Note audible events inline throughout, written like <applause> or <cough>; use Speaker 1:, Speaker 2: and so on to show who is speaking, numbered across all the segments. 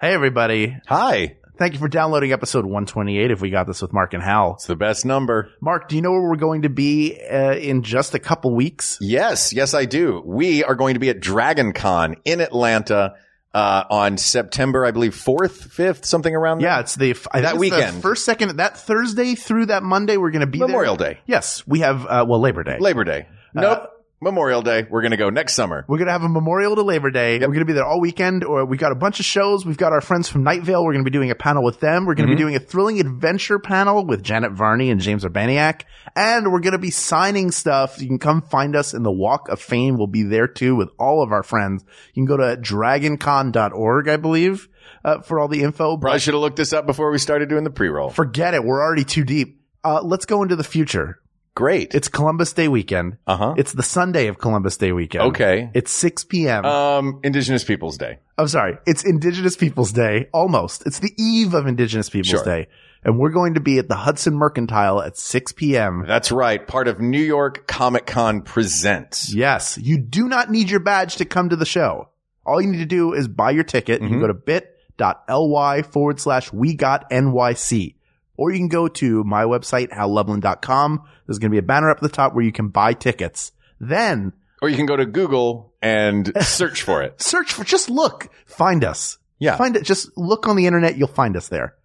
Speaker 1: Hey, everybody.
Speaker 2: Hi.
Speaker 1: Thank you for downloading episode 128 if we got this with Mark and Hal.
Speaker 2: It's the best number.
Speaker 1: Mark, do you know where we're going to be uh, in just a couple weeks?
Speaker 2: Yes, yes, I do. We are going to be at Dragon Con in Atlanta uh, on September, I believe, 4th, 5th, something around there.
Speaker 1: Yeah, it's the I think
Speaker 2: That
Speaker 1: it's the
Speaker 2: weekend.
Speaker 1: first, second, that Thursday through that Monday, we're going to be there.
Speaker 2: Memorial Day.
Speaker 1: Yes, we have. Uh, well, Labor Day.
Speaker 2: Labor Day. Nope. Memorial Day. We're going to go next summer.
Speaker 1: we're going to have a memorial to Labor Day. We're going to be there all weekend. Or we got a bunch of shows. We've got our friends from Night Vale. We're going to be doing a panel with them. We're going to be doing a thrilling adventure panel with Janet Varney and James Urbaniak. And we're going to be signing stuff. You can come find us in the Walk of Fame. We'll be there too with all of our friends. You can go to dragoncon.org, I believe, uh, for all the info. But
Speaker 2: Probably should have looked this up before we started doing the pre-roll.
Speaker 1: forget it. We're already too deep. Uh, let's go into the future.
Speaker 2: Great.
Speaker 1: It's Columbus Day weekend.
Speaker 2: Uh-huh.
Speaker 1: It's the Sunday of Columbus Day weekend.
Speaker 2: Okay.
Speaker 1: It's 6 p.m.
Speaker 2: Um, Indigenous Peoples Day.
Speaker 1: I'm sorry. It's Indigenous Peoples Day, almost. It's the eve of Indigenous Peoples
Speaker 2: Sure.
Speaker 1: Day. And we're going to be at the Hudson Mercantile at 6 p.m.
Speaker 2: That's right. Part of New York Comic Con presents.
Speaker 1: Yes, you do not need your badge to come to the show. All you need to do is buy your ticket.
Speaker 2: Mm-hmm.
Speaker 1: You can go to bit.ly forward slash we got NYC. Or you can go to my website, howloveland.com. There's going to be a banner up at the top where you can buy tickets. Then
Speaker 2: Or you can go to Google and search for it. <laughs>
Speaker 1: search for just look find us
Speaker 2: Yeah.
Speaker 1: find it just look on the internet you'll find us there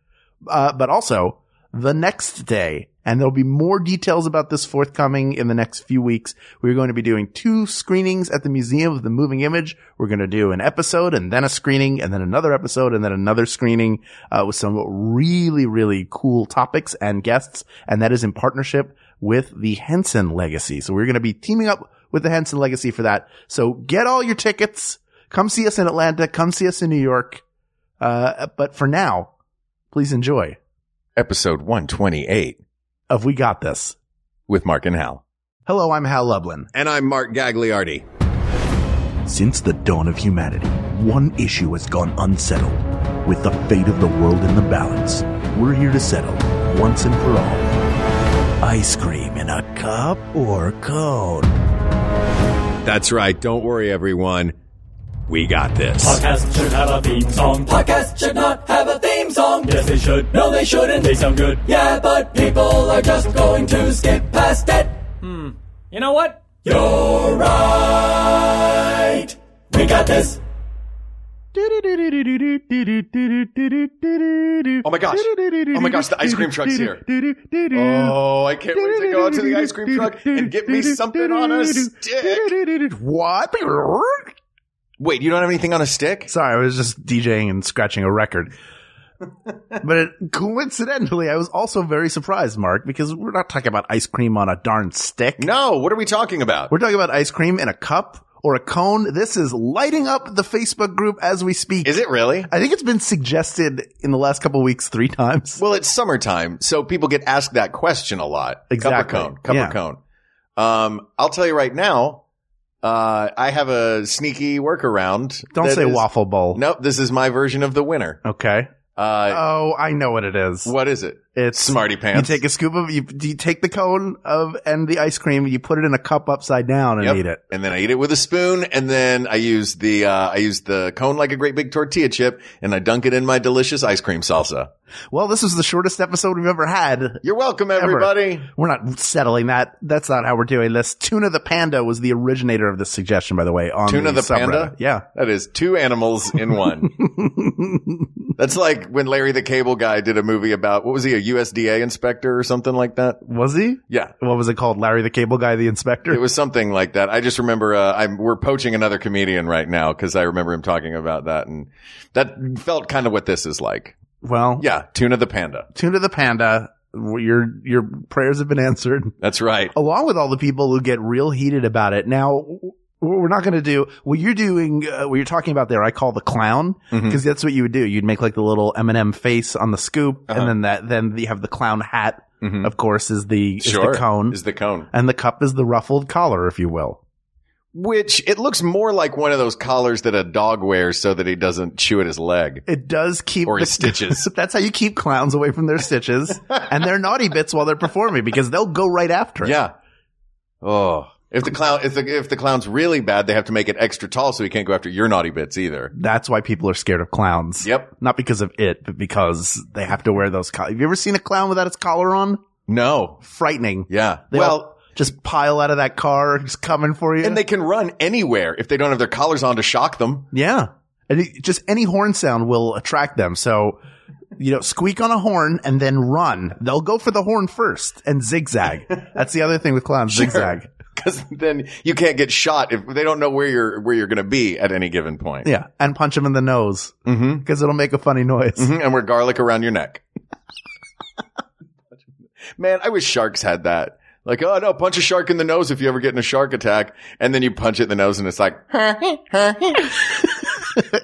Speaker 1: uh, but also the next day and there'll be more details about this forthcoming in the next few weeks we're going to be doing two screenings at the museum of the moving image we're going to do an episode and then a screening and then another episode and then another screening uh, with some really really cool topics and guests and that is in partnership with the henson legacy so we're going to be teaming up with the henson legacy for that so get all your tickets come see us in Atlanta. Come see us in New York. Uh, but for now, please enjoy.
Speaker 2: Episode 128
Speaker 1: Of we got this.
Speaker 2: with Mark and Hal.
Speaker 1: Hello, I'm Hal Lublin.
Speaker 2: And I'm Mark Gagliardi.
Speaker 3: Since the dawn of humanity, one issue has gone unsettled. With the fate of the world in the balance, we're here to settle once and for all. Ice cream in a cup or cone?
Speaker 2: That's right. Don't worry, everyone. We got this.
Speaker 4: Podcast should have a theme song.
Speaker 5: Podcast should not have a theme song.
Speaker 4: Yes, they should.
Speaker 5: No, they shouldn't.
Speaker 4: They sound good.
Speaker 5: Yeah, but people are just going to skip past it.
Speaker 4: Hmm. You know what?
Speaker 5: You're right. We got this.
Speaker 2: Oh my gosh. Oh my gosh, the ice cream truck's here. Oh, I can't wait to go out to the ice cream truck and get me something on a stick.
Speaker 1: What?
Speaker 2: Wait, you don't have anything on a stick?
Speaker 1: Sorry, I was just DJing and scratching a
Speaker 2: <laughs>
Speaker 1: record. but it, coincidentally, I was also very surprised, Mark, because we're not talking about ice cream on a darn stick.
Speaker 2: No, what are we talking about?
Speaker 1: We're talking about ice cream in a cup or a cone. This is lighting up the Facebook group as we speak.
Speaker 2: Is it really?
Speaker 1: I think it's been suggested in the last couple weeks three times.
Speaker 2: Well, it's summertime, so people get asked that question a lot.
Speaker 1: Exactly.
Speaker 2: Cup or cone? Cup
Speaker 1: Yeah.
Speaker 2: or cone? Um, I'll tell you right now, uh, I have a sneaky workaround.
Speaker 1: Don't
Speaker 2: that
Speaker 1: say
Speaker 2: is-
Speaker 1: waffle bowl.
Speaker 2: Nope, this is my version of the winner.
Speaker 1: Okay.
Speaker 2: Uh,
Speaker 1: Oh, I know what it is.
Speaker 2: what is it?
Speaker 1: It's
Speaker 2: Smarty
Speaker 1: You
Speaker 2: pants.
Speaker 1: take a scoop of you, you take the cone of and the ice cream, you put it in a cup upside down and
Speaker 2: Yep.
Speaker 1: eat it.
Speaker 2: And then I eat it with a spoon, and then I use the uh, I use the cone like a great big tortilla chip, and I dunk it in my delicious ice cream salsa.
Speaker 1: Well, this was the shortest episode we've ever had.
Speaker 2: You're welcome, everybody.
Speaker 1: We're not settling that. That's not how we're doing this. Tuna the panda was the originator of this suggestion, by the way. On
Speaker 2: Tuna the Panda?
Speaker 1: subreddit. Yeah.
Speaker 2: That is two animals
Speaker 1: <laughs>
Speaker 2: in one. That's like when Larry the Cable Guy did a movie about what was he a USDA inspector or something like that?
Speaker 1: Was he?
Speaker 2: Yeah.
Speaker 1: What was it called? Larry the Cable Guy, the Inspector.
Speaker 2: It was something like that. I just remember uh, I'm we're poaching another comedian right now because I remember him talking about that, and that felt kind of what this is like.
Speaker 1: well,
Speaker 2: Yeah, Tuna the Panda.
Speaker 1: Tuna the panda. Your your prayers have been answered.
Speaker 2: That's right.
Speaker 1: along with all the people who get real heated about it. Now, w- we're not going to do what you're doing, uh, what you're talking about there. I call the clown
Speaker 2: Mm-hmm.
Speaker 1: because that's what you would do. You'd make like the little M&M face on the scoop,
Speaker 2: Uh-huh.
Speaker 1: and then that, then you have the clown hat.
Speaker 2: Mm-hmm.
Speaker 1: Of course, is the is
Speaker 2: sure.
Speaker 1: the cone,
Speaker 2: is the cone.
Speaker 1: and the cup is the ruffled collar, if you will.
Speaker 2: Which it looks more like one of those collars that a dog wears so that he doesn't chew at his leg.
Speaker 1: It does keep
Speaker 2: Or his stitches.
Speaker 1: <laughs> that's how you keep clowns away from their
Speaker 2: <laughs>
Speaker 1: stitches and their naughty bits while they're performing because they'll go right after it.
Speaker 2: Yeah. Oh, If the clown, if the if the clown's really bad, they have to make it extra tall so he can't go after your naughty bits either.
Speaker 1: That's why people are scared of clowns.
Speaker 2: Yep.
Speaker 1: Not because of it, but because they have to wear those. Coll- have you ever seen a clown without its collar on?
Speaker 2: No.
Speaker 1: Frightening.
Speaker 2: Yeah.
Speaker 1: They
Speaker 2: well,
Speaker 1: all just pile out of that car, just coming for you.
Speaker 2: and they can run anywhere if they don't have their collars on to shock them. <laughs>
Speaker 1: yeah, and it, just any horn sound will attract them. So you know, squeak on a horn and then run. They'll go for the horn first and zigzag. That's the other thing with clowns, zigzag.
Speaker 2: Because then you can't get shot if they don't know where you're where you're going to be at any given point. Mm-hmm.
Speaker 1: Yeah, and punch them in the nose because it'll make a funny noise.
Speaker 2: Mhm, and wear garlic around your neck. <laughs> Man, I wish sharks had that. Like, oh no, punch a shark in the nose if you ever get in a shark attack, and then you punch it in the nose, and it's like,
Speaker 1: <laughs> and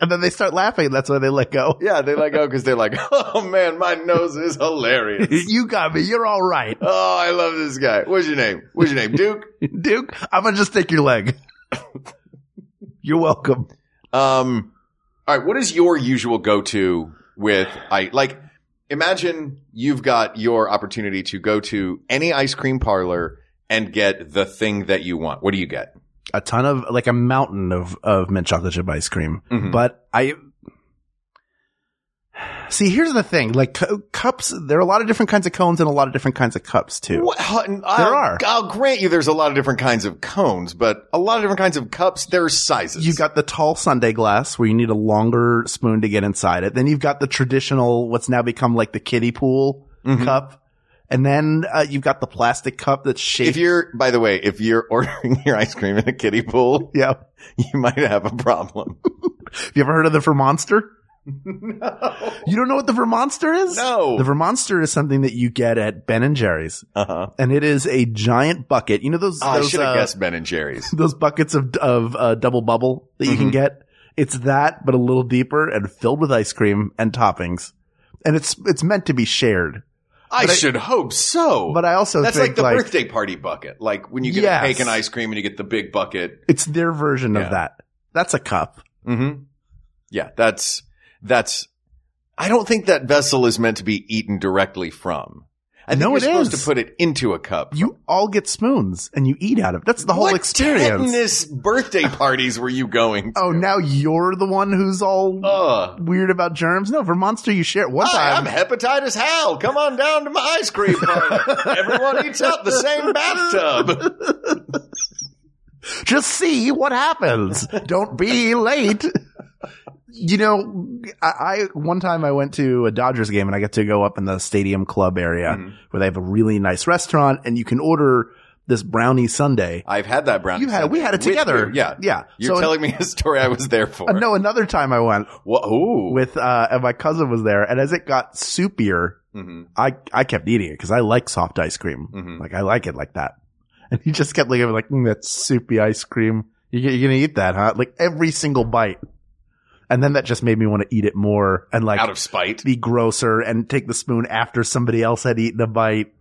Speaker 1: then they start laughing. and That's why they let go.
Speaker 2: yeah, they like, oh, <laughs> because they're like, oh man, my nose is <laughs> hilarious.
Speaker 1: You got me. You're all right, <laughs>
Speaker 2: Oh, I love this guy. What's your name? What's your name, Duke?
Speaker 1: Duke. I'm gonna just take your leg. You're welcome.
Speaker 2: Um, all right. What is your usual go to with I like? Imagine you've got your opportunity to go to any ice cream parlor and get the thing that you want. What do you get?
Speaker 1: a ton of like a mountain of of mint chocolate chip ice cream.
Speaker 2: Mhm.
Speaker 1: But I see. Here's the thing: like cu- cups, there are a lot of different kinds of cones and a lot of different kinds of cups too.
Speaker 2: What, huh, and I'll,
Speaker 1: are.
Speaker 2: I'll grant you, there's a lot of different kinds of cones, but a lot of different kinds of cups. There's sizes.
Speaker 1: You've got the tall sundae glass where you need a longer spoon to get inside it. Then you've got the traditional, what's now become like the kiddie pool cup. And then uh, you've got the plastic cup that's shaped.
Speaker 2: Mm-hmm. If you're, by the way, if you're <laughs> ordering your ice cream in a kiddie pool,
Speaker 1: yeah.
Speaker 2: you might have a problem. <laughs>
Speaker 1: Have you ever heard of the Vermonster? no. You don't know what the Vermonster is?
Speaker 2: No.
Speaker 1: The Vermonster is something that you get at Ben and Jerry's.
Speaker 2: Uh huh.
Speaker 1: and it is a giant bucket. You know those
Speaker 2: I
Speaker 1: those,
Speaker 2: should have
Speaker 1: uh,
Speaker 2: guessed Ben and Jerry's.
Speaker 1: those buckets of of uh, double bubble that you can
Speaker 2: Mm-hmm.
Speaker 1: get. It's that, but a little deeper and filled with ice cream and toppings. And it's it's meant to be shared.
Speaker 2: I
Speaker 1: but I-
Speaker 2: should hope so.
Speaker 1: But I also
Speaker 2: That's like
Speaker 1: think
Speaker 2: the
Speaker 1: like,
Speaker 2: birthday party bucket. Like when you get
Speaker 1: Yes.
Speaker 2: a cake and ice cream and you get the big bucket.
Speaker 1: it's their version
Speaker 2: Yeah.
Speaker 1: of that. That's a cup.
Speaker 2: Mm-hmm. Yeah, that's that's. I don't think that vessel is meant to be eaten directly from. I think
Speaker 1: No,
Speaker 2: you're
Speaker 1: it
Speaker 2: supposed
Speaker 1: is.
Speaker 2: to put it into a cup.
Speaker 1: You all get spoons and you eat out of. That's the whole
Speaker 2: what
Speaker 1: experience.
Speaker 2: Tetanus birthday parties were you going? To?
Speaker 1: oh, now you're the one who's all
Speaker 2: Ugh.
Speaker 1: weird about germs. No, Vermonster, you share it one
Speaker 2: Hi,
Speaker 1: time.
Speaker 2: I'm hepatitis Hal. Come on down to my ice cream party. Everyone eats out the same bathtub.
Speaker 1: just see what
Speaker 2: <laughs>
Speaker 1: happens. Don't be late. You know, I, I one time I went to a Dodgers game and I got to go up in the stadium club area
Speaker 2: Mm-hmm.
Speaker 1: where they have a really nice restaurant and you can order this brownie sundae.
Speaker 2: I've had that brownie.
Speaker 1: You had it. We had it
Speaker 2: sundae with
Speaker 1: together.
Speaker 2: you. Yeah,
Speaker 1: Yeah.
Speaker 2: You're
Speaker 1: So-
Speaker 2: telling me a story I was there for.
Speaker 1: Uh, no, another time I went
Speaker 2: Wha- ooh.
Speaker 1: with uh and my cousin was there and as it got soupier,
Speaker 2: Mhm.
Speaker 1: I I kept eating it because I like soft ice cream.
Speaker 2: Mm-hmm.
Speaker 1: Like I like it like that. <laughs> And he just kept looking at me like, mm, that's soupy ice cream. You, you're gonna eat that, huh? Like every single bite. And then that just made me want to eat it more and like
Speaker 2: out of spite.
Speaker 1: be grosser and take the spoon after somebody else had eaten a bite.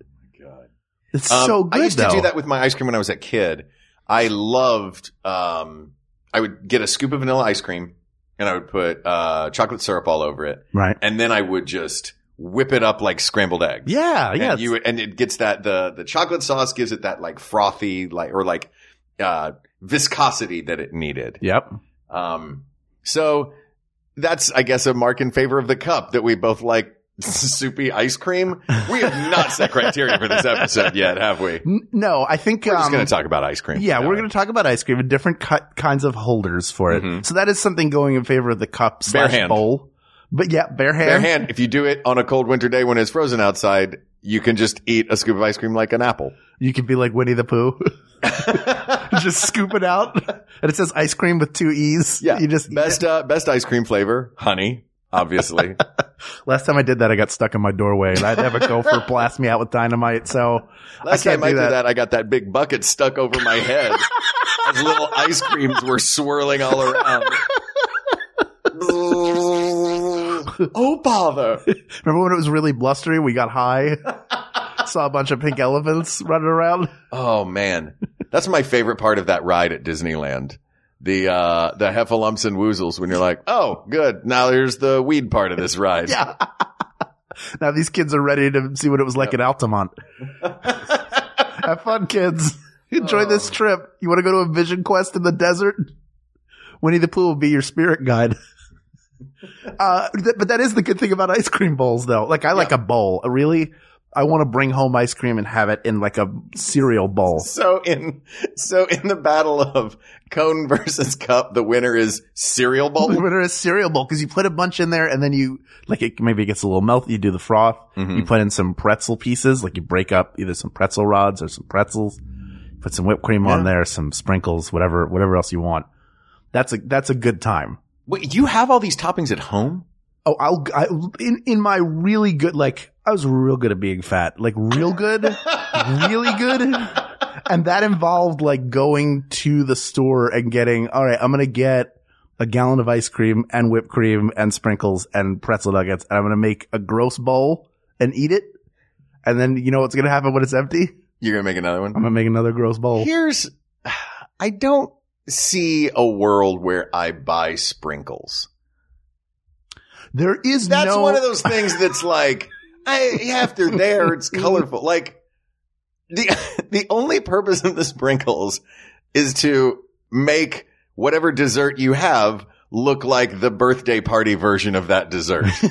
Speaker 1: It's
Speaker 2: Um,
Speaker 1: so good
Speaker 2: I used
Speaker 1: though.
Speaker 2: to do that with my ice cream when I was a kid. I loved. Um, I would get a scoop of vanilla ice cream, and I would put uh, chocolate syrup all over it,
Speaker 1: Right.
Speaker 2: and then I would just whip it up like scrambled eggs.
Speaker 1: Yeah, yeah.
Speaker 2: and, you, and it gets that the the chocolate sauce gives it that like frothy like or like uh, viscosity that it needed.
Speaker 1: yep.
Speaker 2: Um, so that's, I guess, a mark in favor of the cup that we both like <laughs> soupy ice cream. We have not set criteria for this episode yet, have we? We're
Speaker 1: N- no, I think
Speaker 2: just
Speaker 1: um,
Speaker 2: going to talk about ice <laughs> cream.
Speaker 1: Yeah, we're going to talk about ice cream and different ki- kinds of holders for it. So that is something going in favor of the cup
Speaker 2: Mm-hmm. Bare
Speaker 1: slash
Speaker 2: hand.
Speaker 1: bowl. But yeah, bare hand.
Speaker 2: Bare hand, if you do it on a cold winter day when it's frozen outside, you can just eat a scoop of ice cream like an apple.
Speaker 1: You could be like Winnie the Pooh. <laughs> just scoop it out. And it says ice cream with two E's.
Speaker 2: Yeah.
Speaker 1: You just,
Speaker 2: best, uh, best ice cream flavor, honey,
Speaker 1: <laughs>
Speaker 2: obviously.
Speaker 1: last time I did that, I got stuck in my doorway and I'd have a
Speaker 2: <laughs>
Speaker 1: gopher blast me out with dynamite. So
Speaker 2: Last
Speaker 1: I
Speaker 2: time
Speaker 1: can't
Speaker 2: I
Speaker 1: do
Speaker 2: did
Speaker 1: that.
Speaker 2: that, I got that big bucket stuck over my <laughs> head as little ice creams were swirling all <laughs> around. oh bother!
Speaker 1: Remember when it was really blustery? We got
Speaker 2: <laughs>
Speaker 1: high, saw a bunch of pink elephants running around.
Speaker 2: Oh man, that's my favorite part of that ride at Disneyland. The uh the heffalumps and woozles when you're like, oh good, now here's the weed part of this ride.
Speaker 1: Yeah. <laughs> now these kids <laughs> are ready to see what it was like in Altamont. Have fun, kids. Enjoy this trip. You want to go to a vision quest in the desert? Winnie the Pooh will be your spirit guide. uh, th- but that is the good thing about ice cream bowls, though. Like, I like a bowl. Uh, Really, I want to bring home ice cream and have it in like a cereal bowl.
Speaker 2: So in so in the battle of cone versus cup, the winner is cereal bowl.
Speaker 1: But it's cereal bowl because you put a bunch in there and then you like it maybe it gets a little melty. You do the froth. You put in some pretzel pieces, like you break up either some pretzel rods or some pretzels. Put some whipped cream on there, some sprinkles, whatever, whatever else you want. That's a that's a good time.
Speaker 2: Wait, you have all these toppings at <laughs> home?
Speaker 1: Oh, I'll I, in in my really good like I was real good at being fat, like real good, <laughs> really <laughs> good, and that involved like going to the store and getting all right. I'm gonna get a gallon of ice cream and whipped cream and sprinkles and pretzel nuggets, and I'm gonna make a gross bowl and eat it. And then you know what's gonna happen when it's empty?
Speaker 2: You're gonna make another
Speaker 1: I'm
Speaker 2: one.
Speaker 1: gonna make another gross bowl.
Speaker 2: Here's I don't see a world where I buy sprinkles.
Speaker 1: There is
Speaker 2: That's
Speaker 1: no
Speaker 2: one of those things that's like I after there it's colorful. Like the <laughs> the only purpose of the sprinkles is to make whatever dessert you have look like the birthday party version of that dessert.
Speaker 1: <laughs>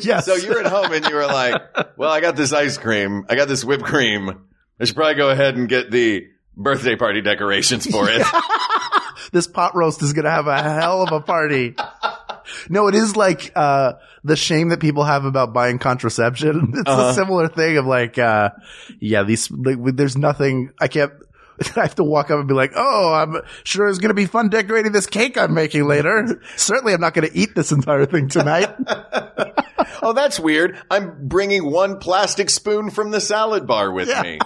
Speaker 1: yes.
Speaker 2: So you're at home and you were like, well, I got this ice cream. I got this whipped cream. I should probably go ahead and get the birthday party decorations
Speaker 1: <laughs>
Speaker 2: for it.
Speaker 1: this pot roast is going to have a hell of a party. No, it is like, uh, the shame that people have about buying contraception. <laughs> It's a
Speaker 2: Uh-huh.
Speaker 1: similar thing of like, uh, yeah, these, like, there's nothing, I can't, <laughs> I have to walk up and be like, oh, I'm sure it's going to be fun decorating this cake I'm making later. <laughs> Certainly I'm not going to eat this entire thing tonight.
Speaker 2: oh, that's weird. I'm bringing one plastic spoon from the salad bar with me.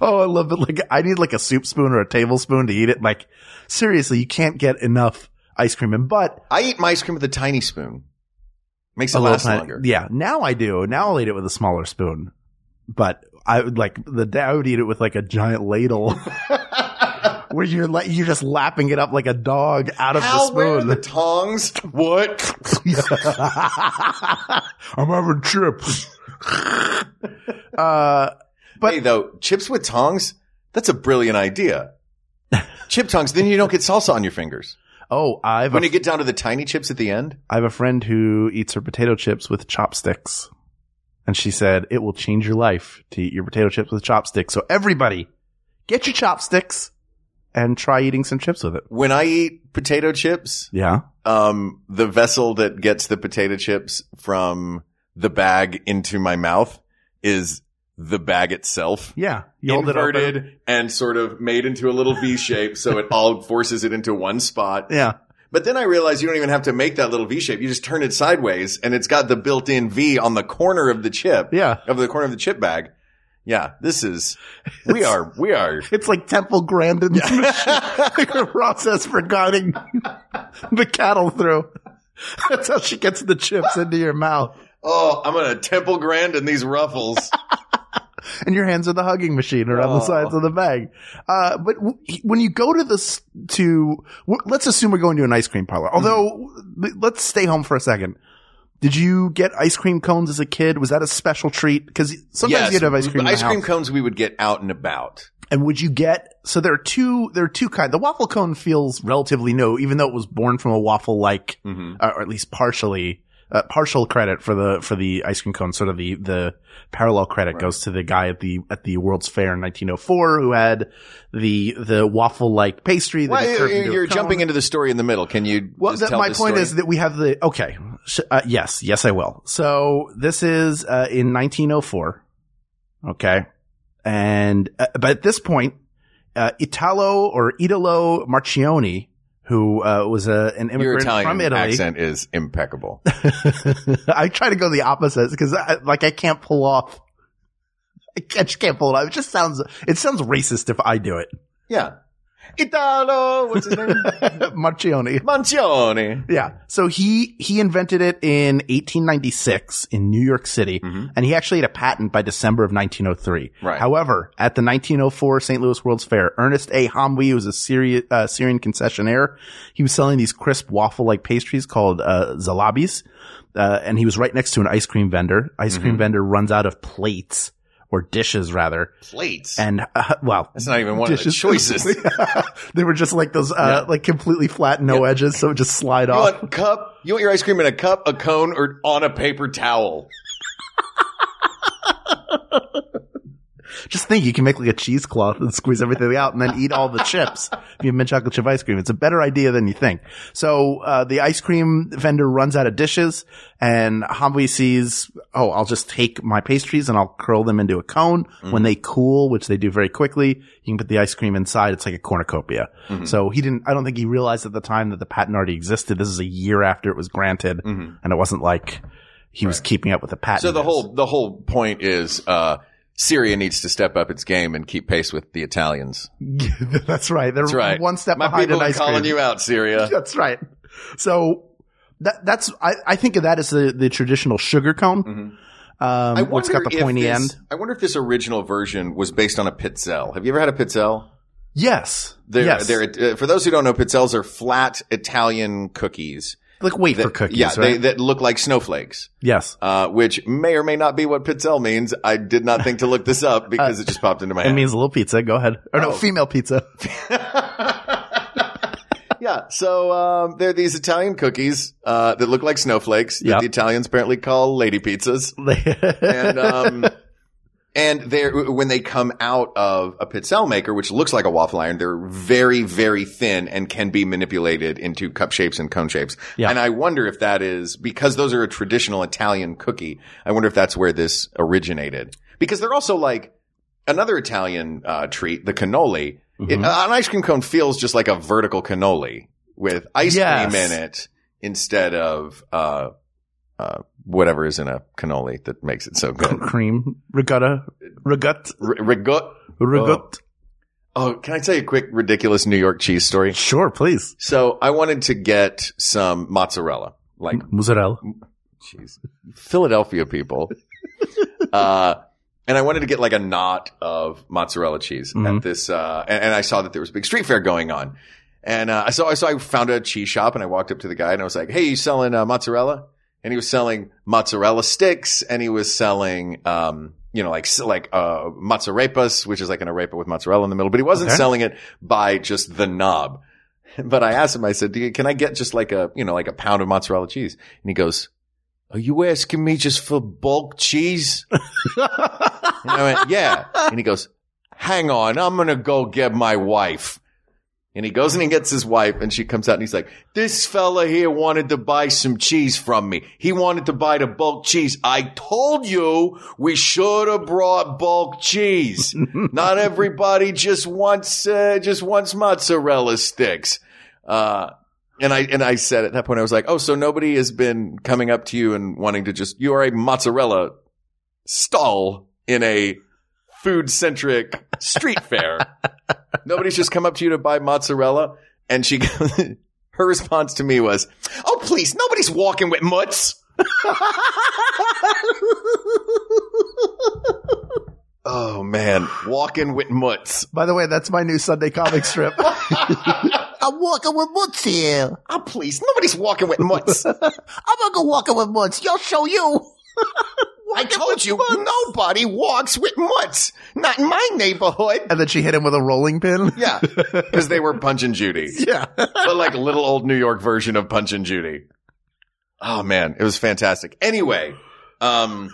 Speaker 1: oh, I love it. Like I need like a soup spoon or a tablespoon to eat it. Like seriously, you can't get enough ice cream. And but
Speaker 2: I eat my ice cream with a tiny spoon. Makes it
Speaker 1: a little
Speaker 2: last
Speaker 1: tiny-
Speaker 2: longer.
Speaker 1: Yeah, now I do. Now I'll eat it with a smaller spoon. But I would like the day I would eat it with like a giant
Speaker 2: <laughs>
Speaker 1: ladle, where you're like you're just lapping it up like a dog out of
Speaker 2: How where are the
Speaker 1: the
Speaker 2: tongs? What?
Speaker 1: spoon. <laughs> I'm having chips. <laughs> uh, But-
Speaker 2: But hey, though, chips with tongs? That's a
Speaker 1: <laughs>
Speaker 2: brilliant idea. Chip tongs, then you don't get salsa on your fingers.
Speaker 1: oh, I've
Speaker 2: When
Speaker 1: a,
Speaker 2: you get down to the tiny chips at the end,
Speaker 1: I have a friend who eats her potato chips with chopsticks, and she said it will change your life to eat your potato chips with chopsticks. So everybody, get your chopsticks and try eating some chips with it.
Speaker 2: when I eat potato chips,
Speaker 1: Yeah.
Speaker 2: um, the vessel that gets the potato chips from the bag into my mouth is the bag itself.
Speaker 1: Yeah. You hold it open.
Speaker 2: Inverted and sort of made into a little V shape, so it all forces it into one spot.
Speaker 1: Yeah.
Speaker 2: But then I realized you don't even have to make that little V shape. You just turn it sideways, and it's got the built-in V on the corner of the chip.
Speaker 1: Yeah.
Speaker 2: of the corner of the chip bag. Yeah, this is we are we are
Speaker 1: It's like Temple Grandin's machine- <laughs> process for guiding the cattle through. <laughs> That's how she gets the chips into your mouth.
Speaker 2: oh I'm gonna Temple Grand in these ruffles.
Speaker 1: And your hands are the hugging machine around the
Speaker 2: Oh.
Speaker 1: sides of the bag. Uh, but w- when you go to this, to, w- let's assume we're going to an ice cream parlor. Although,
Speaker 2: Mm-hmm.
Speaker 1: l- let's stay home for a second. Did you get ice cream cones as a kid? Was that a special treat? Because <laughs> sometimes
Speaker 2: Yes,
Speaker 1: you'd have ice cream. in the
Speaker 2: ice cream
Speaker 1: house.
Speaker 2: cones we would get out and about.
Speaker 1: And would you get so there are two there are two kind. The waffle cone feels relatively new, even though it was born from a waffle like,
Speaker 2: Mhm.
Speaker 1: uh, or at least partially uh, partial credit for the for the ice cream cone. Sort of the the parallel credit goes to the guy at the at the World's Fair in 1904 who had the the waffle like pastry. That
Speaker 2: Well,
Speaker 1: he curved into
Speaker 2: you're,
Speaker 1: a
Speaker 2: uh, you're
Speaker 1: cone.
Speaker 2: jumping into the story in the middle. Can you?
Speaker 1: Well,
Speaker 2: just
Speaker 1: that,
Speaker 2: tell
Speaker 1: my
Speaker 2: this
Speaker 1: point
Speaker 2: story?
Speaker 1: is that we have the okay. Sh- uh, yes, yes, I will. So this is uh, in 1904. Okay, and uh, but at this point, uh, Italo or Italo Marchioni, who uh, was a, an
Speaker 2: your
Speaker 1: immigrant
Speaker 2: Italian
Speaker 1: from Italy,
Speaker 2: accent is
Speaker 1: <laughs>
Speaker 2: impeccable.
Speaker 1: I try to go the opposite because I, like I can't pull off. I can't- just can't pull it off. It just sounds. It sounds racist if I do it. <laughs>
Speaker 2: yeah, Italo. What's his name?
Speaker 1: Marchioni.
Speaker 2: Mancione.
Speaker 1: Yeah. So he he invented it in 1896 in New York City, and he actually had a patent by December of 1903.
Speaker 2: Mm-hmm. Right.
Speaker 1: However, at the 1904 St. Louis World's Fair, Ernest A. Hamwi who was a Syri- uh, Syrian concessionaire. He was selling these crisp waffle-like pastries called uh,
Speaker 2: Mm-hmm.
Speaker 1: zalabis, uh, and he was right next to an ice cream vendor. Ice cream vendor runs out of plates or dishes rather.
Speaker 2: Plates.
Speaker 1: And uh, well,
Speaker 2: That's not even one of the choices. you
Speaker 1: <laughs> they were just like those, uh, like completely flat, no edges, so it just slide off.
Speaker 2: want cup? You want your ice cream in a cup, a cone, or on a paper towel?
Speaker 1: Just think, you can make like a cheesecloth and squeeze everything out, and then eat all the chips. If you have mint chocolate chip ice cream, it's a better idea than you think. So uh, the ice cream vendor runs out of dishes, and Hamwi sees, oh, I'll just take my pastries and I'll curl them into a cone.
Speaker 2: Mm-hmm.
Speaker 1: When they cool, which they do very quickly, you can put the ice cream inside. It's like a cornucopia.
Speaker 2: Mm-hmm.
Speaker 1: So he didn't. I don't think he realized at the time that the patent already existed. This is a year after it was granted, and it wasn't like. He was keeping up with the patent.
Speaker 2: Mm-hmm. So the
Speaker 1: is.
Speaker 2: whole the whole point is uh, Syria needs to step up its game and keep pace with the Italians.
Speaker 1: <laughs> that's right. They're
Speaker 2: That's right.
Speaker 1: one step
Speaker 2: My
Speaker 1: behind
Speaker 2: people
Speaker 1: an
Speaker 2: are
Speaker 1: ice
Speaker 2: calling
Speaker 1: cream.
Speaker 2: you out, Syria.
Speaker 1: <laughs> That's right. So that that's I, I think of that as the, the traditional sugar cone.
Speaker 2: I
Speaker 1: Um, what's got
Speaker 2: wonder
Speaker 1: the
Speaker 2: if
Speaker 1: pointy
Speaker 2: this-
Speaker 1: end?
Speaker 2: I wonder if this original version was based on a pitzel. Have you ever had a pitzel?
Speaker 1: Yes.
Speaker 2: They're,
Speaker 1: yes.
Speaker 2: they're, uh, for those who don't know, pizzelles are flat Italian cookies.
Speaker 1: like wait
Speaker 2: That,
Speaker 1: for cookies,
Speaker 2: yeah, they,
Speaker 1: right?
Speaker 2: that look like snowflakes,
Speaker 1: yes.
Speaker 2: uh, which may or may not be what pizzelle means. I did not think to look this up because it just popped into my head.
Speaker 1: It means little pizza. Go ahead. Or no, female <laughs> pizza.
Speaker 2: <laughs> yeah, so um, they're these Italian cookies uh, that look like snowflakes that
Speaker 1: Yep.
Speaker 2: the Italians apparently call lady pizzas. and um, and they're when they come out of a pitzel maker, which looks like a waffle iron, they're very very thin and can be manipulated into cup shapes and cone shapes.
Speaker 1: Yeah.
Speaker 2: And I wonder if that is because those are a traditional Italian cookie. I wonder if that's where this originated because they're also like another Italian uh, treat, the cannoli. It-
Speaker 1: Mm-hmm.
Speaker 2: an ice cream cone feels just like a vertical cannoli with ice
Speaker 1: Yes.
Speaker 2: cream in it instead of uh, uh, whatever is in a cannoli that makes it so
Speaker 1: <laughs>
Speaker 2: good.
Speaker 1: Cream ricotta, rigot,
Speaker 2: R- rigo-
Speaker 1: rigot.
Speaker 2: oh, can I tell you a quick ridiculous New York cheese story?
Speaker 1: Sure, please.
Speaker 2: So I wanted to get some mozzarella, like
Speaker 1: Mozzarella.
Speaker 2: Jeez. Philadelphia people. uh, and I wanted to get like a knot of mozzarella cheese
Speaker 1: Mhm.
Speaker 2: at this, uh, and, and I saw that there was a big street fair going on. And, uh, so, so I found a cheese shop and I walked up to the guy and I was like, Hey, you selling uh, mozzarella? And he was selling mozzarella sticks and he was selling, um, you know, like, s- like, uh, mozzarepas, which is like an arepa with mozzarella in the middle, but he wasn't
Speaker 1: Okay.
Speaker 2: selling it by just the knob. <laughs> But I asked him, I said, Do you, can I get just like a, you know, like a pound of mozzarella cheese? And he goes, are you asking me just for bulk cheese? <laughs> and I went, yeah. And he goes, hang on, I'm going to go get my wife. And he goes and he gets his wife and she comes out and he's like, this fella here wanted to buy some cheese from me. He wanted to buy the bulk cheese. I told you we should have brought bulk cheese. Not everybody just wants, uh, just wants mozzarella sticks. Uh, and I and I said at that point I was like, oh, so nobody has been coming up to you and wanting to just you are a mozzarella stall in a food centric street fair. Nobody's just come up to you to buy mozzarella. And she <laughs> goes, her response to me was, oh please, nobody's walking with mutts. oh man, walking with mutts.
Speaker 1: By the way, that's my new Sunday comic <laughs> strip.
Speaker 6: I'm walking with Mutz here.
Speaker 2: Oh please, nobody's walking with
Speaker 6: <laughs>
Speaker 2: mutts.
Speaker 6: I'm gonna go walking with Mutz. Yo, show you. <laughs>
Speaker 2: I told you, nobody walks with mutts. Not in my neighborhood.
Speaker 6: <laughs>
Speaker 1: and then she hit him with a rolling pin.
Speaker 2: Yeah, because they were Punch
Speaker 6: <laughs>
Speaker 2: and Judy,
Speaker 1: <laughs> Yeah.
Speaker 2: but like a little old New York version of Punch and Judy. Oh man, it was fantastic. Anyway, um,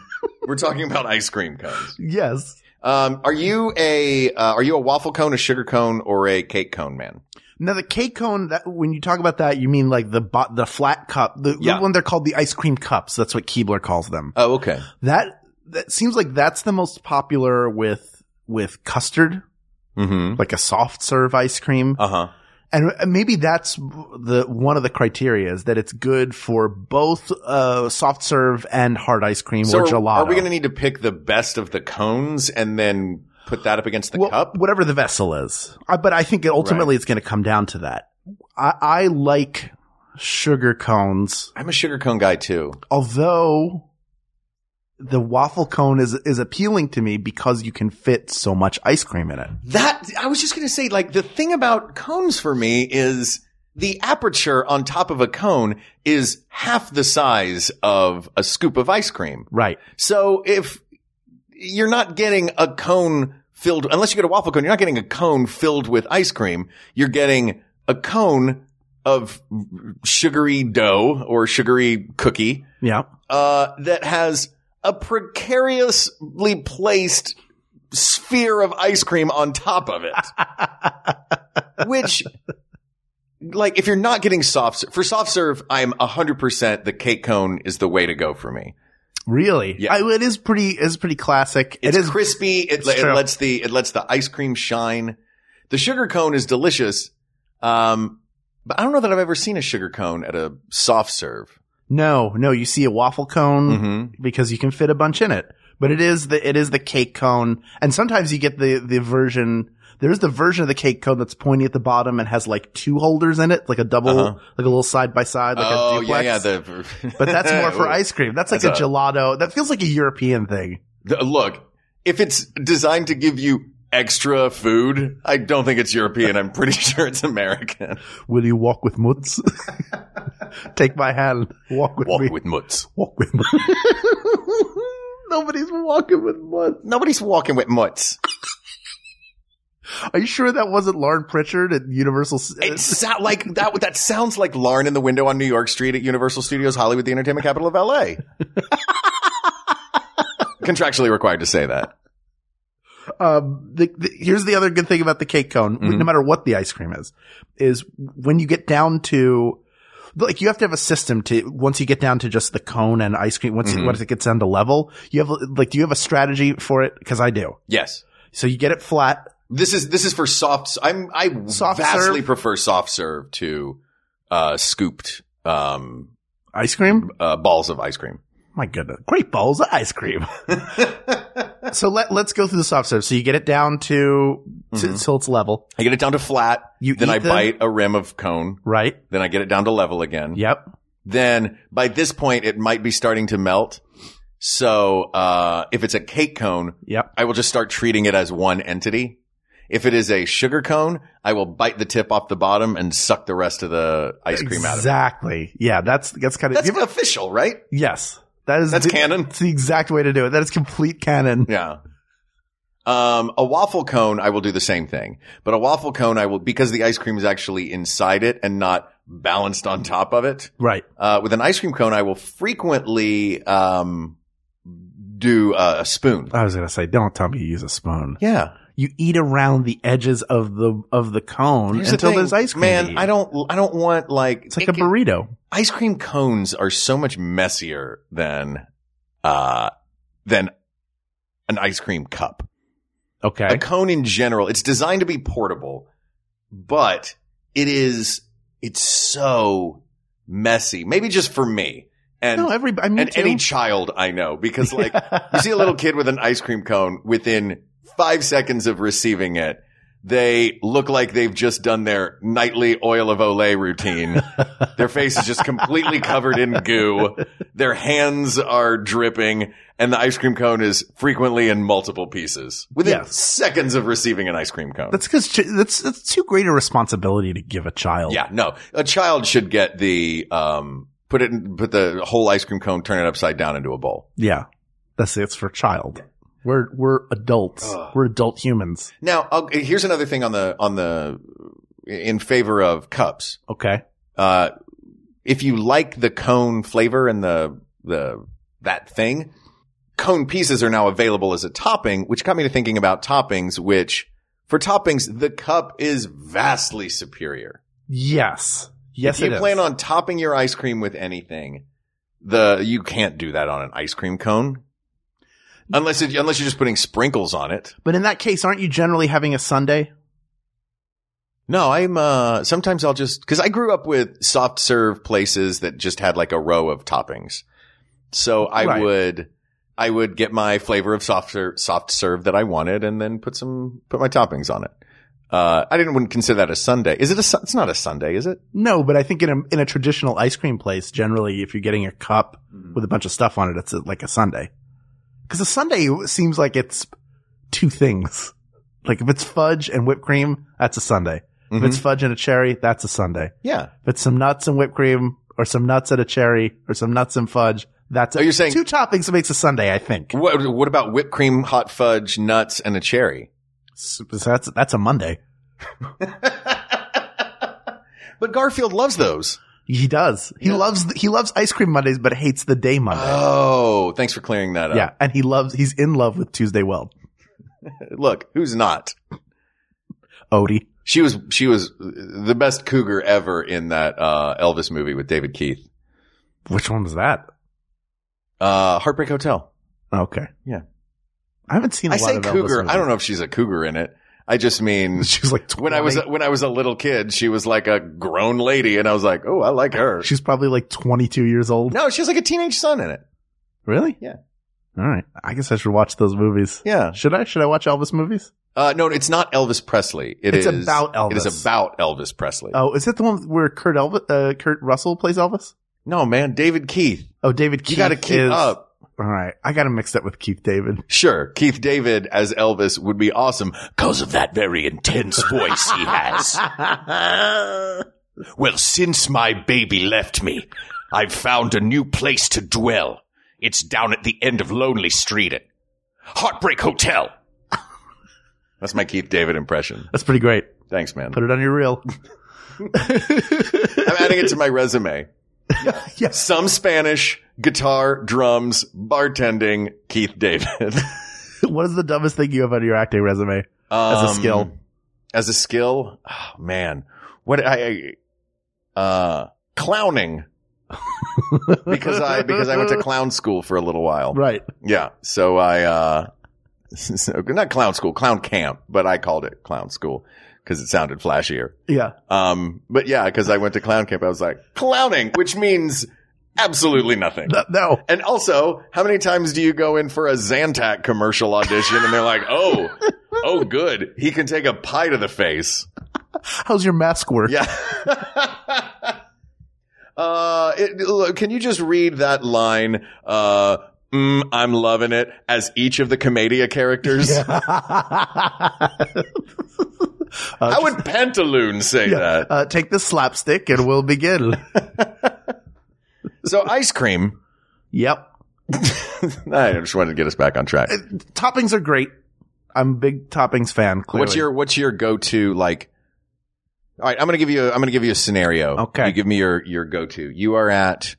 Speaker 2: we're talking about ice cream cones.
Speaker 1: yes.
Speaker 2: Um, are you a uh, are you a waffle cone, a sugar cone, or a cake cone man?
Speaker 1: Now the cake cone. That when you talk about that, you mean like the bo- the flat cup, the,
Speaker 2: Yeah.
Speaker 1: the one they're called the ice cream cups. That's what Keebler calls them.
Speaker 2: Oh, okay.
Speaker 1: That that seems like that's the most popular with with custard,
Speaker 2: Mm-hmm.
Speaker 1: like a soft serve ice cream,
Speaker 2: Uh huh.
Speaker 1: and maybe that's the one of the criteria is that it's good for both uh, soft serve and hard ice cream
Speaker 2: So
Speaker 1: or
Speaker 2: are,
Speaker 1: gelato.
Speaker 2: are we going to need to pick the best of the cones and then put that up against the
Speaker 1: Well,
Speaker 2: cup?
Speaker 1: Whatever the vessel is. I, but I think it ultimately it's going to come down to that. I, I like sugar cones,
Speaker 2: I'm a sugar cone guy too.
Speaker 1: although the waffle cone is, is appealing to me because you can fit so much ice cream in it.
Speaker 2: That I was just going to say, like the thing about cones for me is the aperture on top of a cone is half the size of a scoop of ice cream.
Speaker 1: Right.
Speaker 2: So if you're not getting a cone filled unless you get a waffle cone. You're not getting a cone filled with ice cream. You're getting a cone of sugary dough or sugary cookie
Speaker 1: Yeah.
Speaker 2: uh, that has a precariously placed sphere of ice cream on
Speaker 1: <laughs>
Speaker 2: top of it. Which, like, if you're not getting soft serve, for soft serve, I'm 100% the cake cone is the way to go for me.
Speaker 1: Really?
Speaker 2: Yeah.
Speaker 1: I, it is pretty. It's pretty classic. It
Speaker 2: It's
Speaker 1: is-
Speaker 2: crispy. It,
Speaker 1: It's
Speaker 2: it
Speaker 1: true.
Speaker 2: lets the, it lets the ice cream shine. The sugar cone is delicious. Um, but I don't know that I've ever seen a sugar cone at a soft serve.
Speaker 1: No, no. You see a waffle cone
Speaker 2: Mm-hmm.
Speaker 1: because you can fit a bunch in it. But it is the it is the cake cone, and sometimes you get the the version. There is the version of the cake cone that's pointy at the bottom and has like two holders in it, like a double,
Speaker 2: Uh-huh.
Speaker 1: like a little side by side, like
Speaker 2: oh,
Speaker 1: a duplex.
Speaker 2: yeah, yeah. The,
Speaker 1: but that's more for
Speaker 2: <laughs> Ooh.
Speaker 1: ice cream. That's like
Speaker 2: That's
Speaker 1: a gelato. That feels like a European thing.
Speaker 2: The- look, if it's designed to give you extra food, I don't think it's European. I'm pretty <laughs> sure it's American.
Speaker 1: Will you walk with Mutz? <laughs> Take my hand. Walk with
Speaker 2: Walk
Speaker 1: me.
Speaker 2: with mutts.
Speaker 1: <laughs> walk with Mutz. <laughs> Nobody's walking with Mutz.
Speaker 2: Nobody's walking with mutts.
Speaker 1: Are you sure that wasn't Lauren Pritchard at Universal? S-
Speaker 2: It sound like that. That sounds like Lauren in the window on New York Street at Universal Studios Hollywood, the entertainment capital of LA. <laughs> Contractually required to say that.
Speaker 1: um, the, the, here's the other good thing about the cake cone, no matter what the ice cream is, is when you get down to, like, you have to have a system to, once you get down to just the cone and ice cream, once, once it gets down to level, you have, like, do you have a strategy for it? Cause I do.
Speaker 2: Yes.
Speaker 1: So you get it flat.
Speaker 2: This is this is for soft. I'm I
Speaker 1: Soft
Speaker 2: vastly
Speaker 1: serve?
Speaker 2: prefer soft serve to uh, scooped um,
Speaker 1: Ice cream?
Speaker 2: uh, balls of ice cream.
Speaker 1: My goodness. Great bowls of ice
Speaker 2: <laughs>
Speaker 1: cream. <laughs> so let, let's go through the soft serve. So you get it down to, to
Speaker 2: Mm-hmm.
Speaker 1: till it's level,
Speaker 2: I get it down to flat.
Speaker 1: You
Speaker 2: then
Speaker 1: eat
Speaker 2: I
Speaker 1: them?
Speaker 2: bite a rim of cone.
Speaker 1: right?
Speaker 2: Then I get it down to level again.
Speaker 1: Yep.
Speaker 2: Then by this point, it might be starting to melt. So uh, if it's a cake cone,
Speaker 1: Yep.
Speaker 2: I will just start treating it as one entity. If it is a sugar cone, I will bite the tip off the bottom and suck the rest of the ice cream out of it.
Speaker 1: Exactly. Yeah. That's, that's kind of,
Speaker 2: That's official, right?
Speaker 1: yes. That is,
Speaker 2: That's
Speaker 1: the-
Speaker 2: canon.
Speaker 1: It's the exact way to do it. That is complete canon.
Speaker 2: Yeah. Um, a waffle cone, I will do the same thing, but a waffle cone, I will, because the ice cream is actually inside it and not balanced on top of it.
Speaker 1: Right.
Speaker 2: uh, with an ice cream cone, I will frequently um, do uh, a spoon.
Speaker 1: I was gonna say, don't tell me you use a spoon.
Speaker 2: Yeah,
Speaker 1: You eat around the edges of the of the cone
Speaker 2: Here's the
Speaker 1: until
Speaker 2: thing,
Speaker 1: there's ice cream. to
Speaker 2: Man,
Speaker 1: eat.
Speaker 2: I don't, I don't want like,
Speaker 1: It's like
Speaker 2: it
Speaker 1: a
Speaker 2: can-
Speaker 1: burrito.
Speaker 2: ice cream cones are so much messier than, uh, than an ice cream cup.
Speaker 1: Okay.
Speaker 2: A cone in general, it's designed to be portable, but it is, it's so messy. Maybe just for me. And
Speaker 1: no, every I mean,
Speaker 2: and any child I know because like
Speaker 1: Yeah.
Speaker 2: you see a little kid with an ice cream cone within five seconds of receiving it. They look like they've just done their nightly oil of Olay routine. their face is just completely covered in goo. Their hands are dripping and the ice cream cone is frequently in multiple pieces within
Speaker 1: Yes.
Speaker 2: seconds of receiving an ice cream cone.
Speaker 1: <laughs> that's because that's that's too great a responsibility to give a child.
Speaker 2: Yeah, no. A child should get the, um, put it in, put the whole ice cream cone, turn it upside down into a bowl.
Speaker 1: yeah. That's it's for child. We're we're adults. We're adult humans.
Speaker 2: Now, I'll, here's another thing on the on the in favor of cups.
Speaker 1: Okay.
Speaker 2: Uh, if you like the cone flavor and the the that thing, cone pieces are now available as a topping, which got me to thinking about toppings. Which for toppings, the cup is vastly superior.
Speaker 1: Yes. Yes.
Speaker 2: if
Speaker 1: it
Speaker 2: you
Speaker 1: is.
Speaker 2: plan on topping your ice cream with anything, the you can't do that on an ice cream cone. Unless it, unless you're just putting sprinkles on it.
Speaker 1: but in that case, aren't you generally having a Sunday?
Speaker 2: No, I'm uh sometimes I'll just cuz I grew up with soft serve places that just had like a row of toppings. So I
Speaker 1: Right.
Speaker 2: would I would get my flavor of soft serve, soft serve that I wanted and then put some put my toppings on it. Uh I didn't wouldn't consider that a Sunday. Is it a Sun- it's not a Sunday, is it?
Speaker 1: No, but I think in a in a traditional ice cream place, generally, if you're getting a cup
Speaker 2: Mm.
Speaker 1: with a bunch of stuff on it, it's a, like a sundae. Because a sundae seems like it's two things. Like if it's fudge and whipped cream, that's a sundae. If
Speaker 2: Mm-hmm.
Speaker 1: it's fudge and a cherry, that's a sundae.
Speaker 2: Yeah.
Speaker 1: If it's some nuts and whipped cream, or some nuts and a cherry, or some nuts and fudge, That's
Speaker 2: Oh, you're saying-
Speaker 1: two toppings that makes a Sunday, I think.
Speaker 2: What, what about whipped cream, hot fudge, nuts, and a cherry?
Speaker 1: So that's that's a Monday.
Speaker 2: But Garfield loves those.
Speaker 1: He does. He loves he loves ice cream Mondays, but hates the day Monday.
Speaker 2: Oh, thanks for clearing that up.
Speaker 1: yeah, and he loves he's in love with Tuesday Weld.
Speaker 2: Look, who's not?
Speaker 1: Odie.
Speaker 2: She was she was the best cougar ever in that uh, Elvis movie with David Keith.
Speaker 1: Which one was that?
Speaker 2: Uh, Heartbreak Hotel.
Speaker 1: Okay.
Speaker 2: Yeah.
Speaker 1: I haven't seen. I
Speaker 2: I say
Speaker 1: of
Speaker 2: cougar.
Speaker 1: Elvis
Speaker 2: I don't know <laughs> if she's a cougar in it. I just
Speaker 1: <laughs>
Speaker 2: mean
Speaker 1: She was like 20.
Speaker 2: when I was when I was a little kid, she was like a grown lady, and I was like, oh, I like her.
Speaker 1: She's probably like 22 years old.
Speaker 2: no, she has like a teenage son in it.
Speaker 1: Really?
Speaker 2: Yeah.
Speaker 1: All right. I guess I should watch those movies.
Speaker 2: Yeah.
Speaker 1: Should I? Should I watch Elvis movies?
Speaker 2: Uh, no, it's not Elvis Presley. It
Speaker 1: It's
Speaker 2: is-
Speaker 1: about
Speaker 2: It
Speaker 1: Elvis.
Speaker 2: is about Elvis Presley.
Speaker 1: Oh, is that the one where Kurt Elvis, uh, Kurt Russell plays Elvis?
Speaker 2: no, man, David Keith.
Speaker 1: Oh, David Keith.
Speaker 2: You got to keep
Speaker 1: is-
Speaker 2: up.
Speaker 1: All right. I got him mixed up with Keith David.
Speaker 2: Sure, Keith David as Elvis would be awesome because of that very intense voice he <laughs> has. well, since my baby left me, I've found a new place to dwell. It's down at the end of Lonely Street at Heartbreak Hotel. <laughs> That's my Keith David impression.
Speaker 1: That's pretty great.
Speaker 2: Thanks, man.
Speaker 1: Put it on your reel. <laughs>
Speaker 2: I'm adding it to my resume.
Speaker 1: Yeah.
Speaker 2: Some Spanish, guitar, drums, bartending, Keith David. <laughs>
Speaker 1: what is the dumbest thing you have on your acting resume? As a skill.
Speaker 2: Um, As a skill, oh, man, what I, I uh, clowning because I because I
Speaker 1: <laughs>
Speaker 2: went to clown school for a little while.
Speaker 1: Right.
Speaker 2: Yeah, so I uh, <laughs> so, not clown school, clown camp, but I called it clown school because it sounded flashier.
Speaker 1: Yeah.
Speaker 2: Um, but yeah, because I went to clown camp, I was like clowning, which means absolutely nothing.
Speaker 1: No. no.
Speaker 2: And also, how many times do you go in for a Zantac commercial audition and they're like, oh, oh, good. He can take a pie to the face.
Speaker 1: How's your mask work? <laughs>
Speaker 2: Yeah. <laughs> uh, it, look, can you just read that line? Uh, mm, I'm loving it as each of the Commedia characters. How would Pantaloon say that?
Speaker 1: Uh, take this slapstick and we'll begin.
Speaker 2: <laughs> So ice cream.
Speaker 1: yep.
Speaker 2: <laughs> I just wanted to get us back on track.
Speaker 1: Toppings are great. I'm a big toppings fan. Clearly.
Speaker 2: What's your what's your go to like? All right, I'm gonna give you a, I'm gonna give you a scenario.
Speaker 1: Okay.
Speaker 2: you give me your your go to. You are at,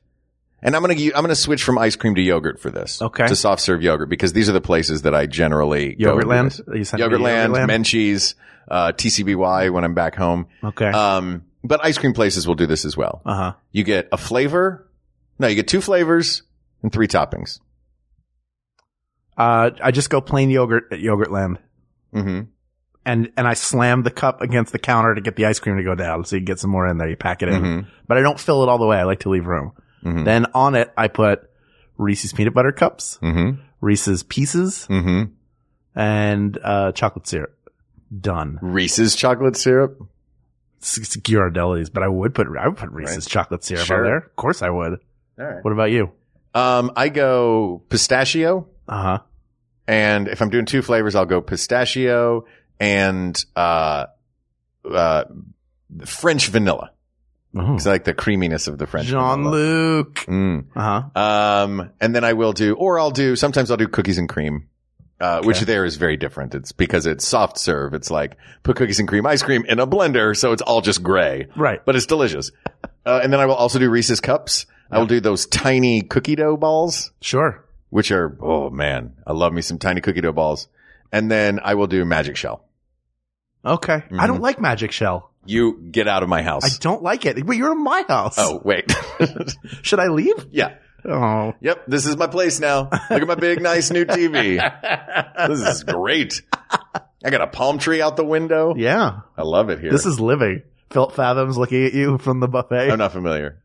Speaker 2: and I'm gonna gi- I'm gonna switch from ice cream to yogurt for this.
Speaker 1: Okay.
Speaker 2: to soft serve yogurt because these are the places that I generally go to
Speaker 1: Yogurtland?
Speaker 2: this.
Speaker 1: Are you sending me to
Speaker 2: Yogurtland,
Speaker 1: Yogurtland?
Speaker 2: Menchie's, uh, TCBY when I'm back home.
Speaker 1: okay. Uh-huh. Uh
Speaker 2: Um, but ice cream places will do this as well.
Speaker 1: huh.
Speaker 2: You get a flavor. No, you get two flavors and three toppings.
Speaker 1: Uh, I just go plain yogurt at Yogurtland.
Speaker 2: hmm
Speaker 1: and and I slam the cup against the counter to get the ice cream to go down, so you can get some more in there. You pack it in,
Speaker 2: Mhm.
Speaker 1: but I don't fill it all the way. I like to leave room.
Speaker 2: Mhm.
Speaker 1: Then on it, I put Reese's peanut butter cups,
Speaker 2: hmm
Speaker 1: Reese's pieces,
Speaker 2: hmm
Speaker 1: and uh, chocolate syrup. Done.
Speaker 2: Reese's chocolate syrup.
Speaker 1: It's, it's Ghirardelli's, but I would put I would put Reese's chocolate syrup
Speaker 2: Sure.
Speaker 1: on there. Of course, I would.
Speaker 2: All right.
Speaker 1: What about you?
Speaker 2: Um, I go pistachio.
Speaker 1: Uh huh.
Speaker 2: And if I'm doing two flavors, I'll go pistachio and uh, uh, French vanilla. It's like the creaminess of the French
Speaker 1: Jean
Speaker 2: vanilla.
Speaker 1: Luc.
Speaker 2: Mm.
Speaker 1: Uh huh.
Speaker 2: Um, and then I will do, or I'll do, sometimes I'll do cookies and cream, uh, which there is very different. It's because it's soft serve. It's like put cookies and cream ice cream in a blender. So it's all just gray,
Speaker 1: Right.
Speaker 2: but it's delicious. Uh, and then I will also do Reese's cups. I will do those tiny cookie dough balls
Speaker 1: Sure.
Speaker 2: which are oh man, I love me some tiny cookie dough balls. And then I will do magic shell.
Speaker 1: Okay.
Speaker 2: Mm-hmm.
Speaker 1: I don't like Magic Shell.
Speaker 2: You get out of my
Speaker 1: I
Speaker 2: house.
Speaker 1: don't like it. But you're in my house.
Speaker 2: oh wait, <laughs>
Speaker 1: Should I leave?
Speaker 2: yeah,
Speaker 1: Oh.
Speaker 2: yep. This is my place now. Look at my big, nice new TV. This is great. I got a palm tree out the window.
Speaker 1: Yeah.
Speaker 2: I love it here.
Speaker 1: This is living. Philip Fathoms looking at you from the buffet.
Speaker 2: I'm not familiar.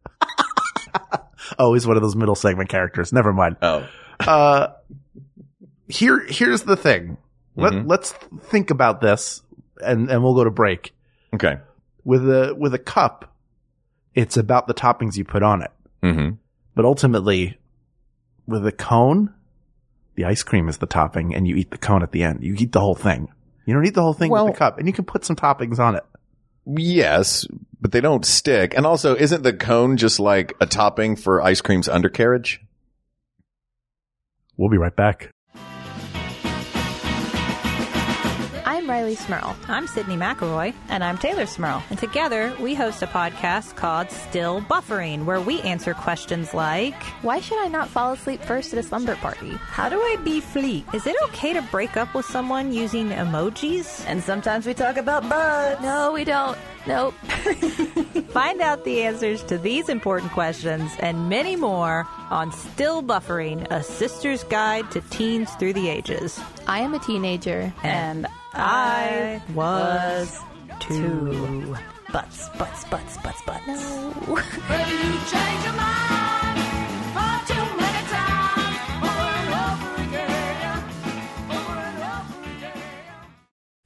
Speaker 1: Oh, he's one of those middle segment characters. Never mind.
Speaker 2: Oh,
Speaker 1: Uh, here, here's the thing. Let,
Speaker 2: Mhm.
Speaker 1: Let's think about this, and and we'll go to break
Speaker 2: okay.
Speaker 1: with a with a cup. It's about the toppings you put on it,
Speaker 2: Mm-hmm.
Speaker 1: but ultimately, with a cone, the ice cream is the topping, and you eat the cone at the end. You eat the whole thing. You don't eat the whole thing
Speaker 2: Well-
Speaker 1: with the cup, and you can put some toppings on it.
Speaker 2: Yes, but they don't stick. And also, isn't the cone just like a topping for ice cream's undercarriage?
Speaker 1: We'll be right back.
Speaker 7: I'm Riley Smurl.
Speaker 8: I'm Sydney McElroy.
Speaker 7: And I'm Taylor Smurl.
Speaker 8: And together, we host a podcast called Still Buffering, where we answer questions like
Speaker 7: Why should I not fall asleep first at a slumber party?
Speaker 8: How do I be fleet? Is it okay to break up with someone using emojis?
Speaker 9: And sometimes we talk about bugs.
Speaker 7: No, we don't. Nope.
Speaker 8: Find out the answers to these important questions and many more on Still Buffering, a sister's guide to teens through the ages.
Speaker 7: <laughs> I am a teenager.
Speaker 8: And I was two. Butts, butts, butts, butts, butts.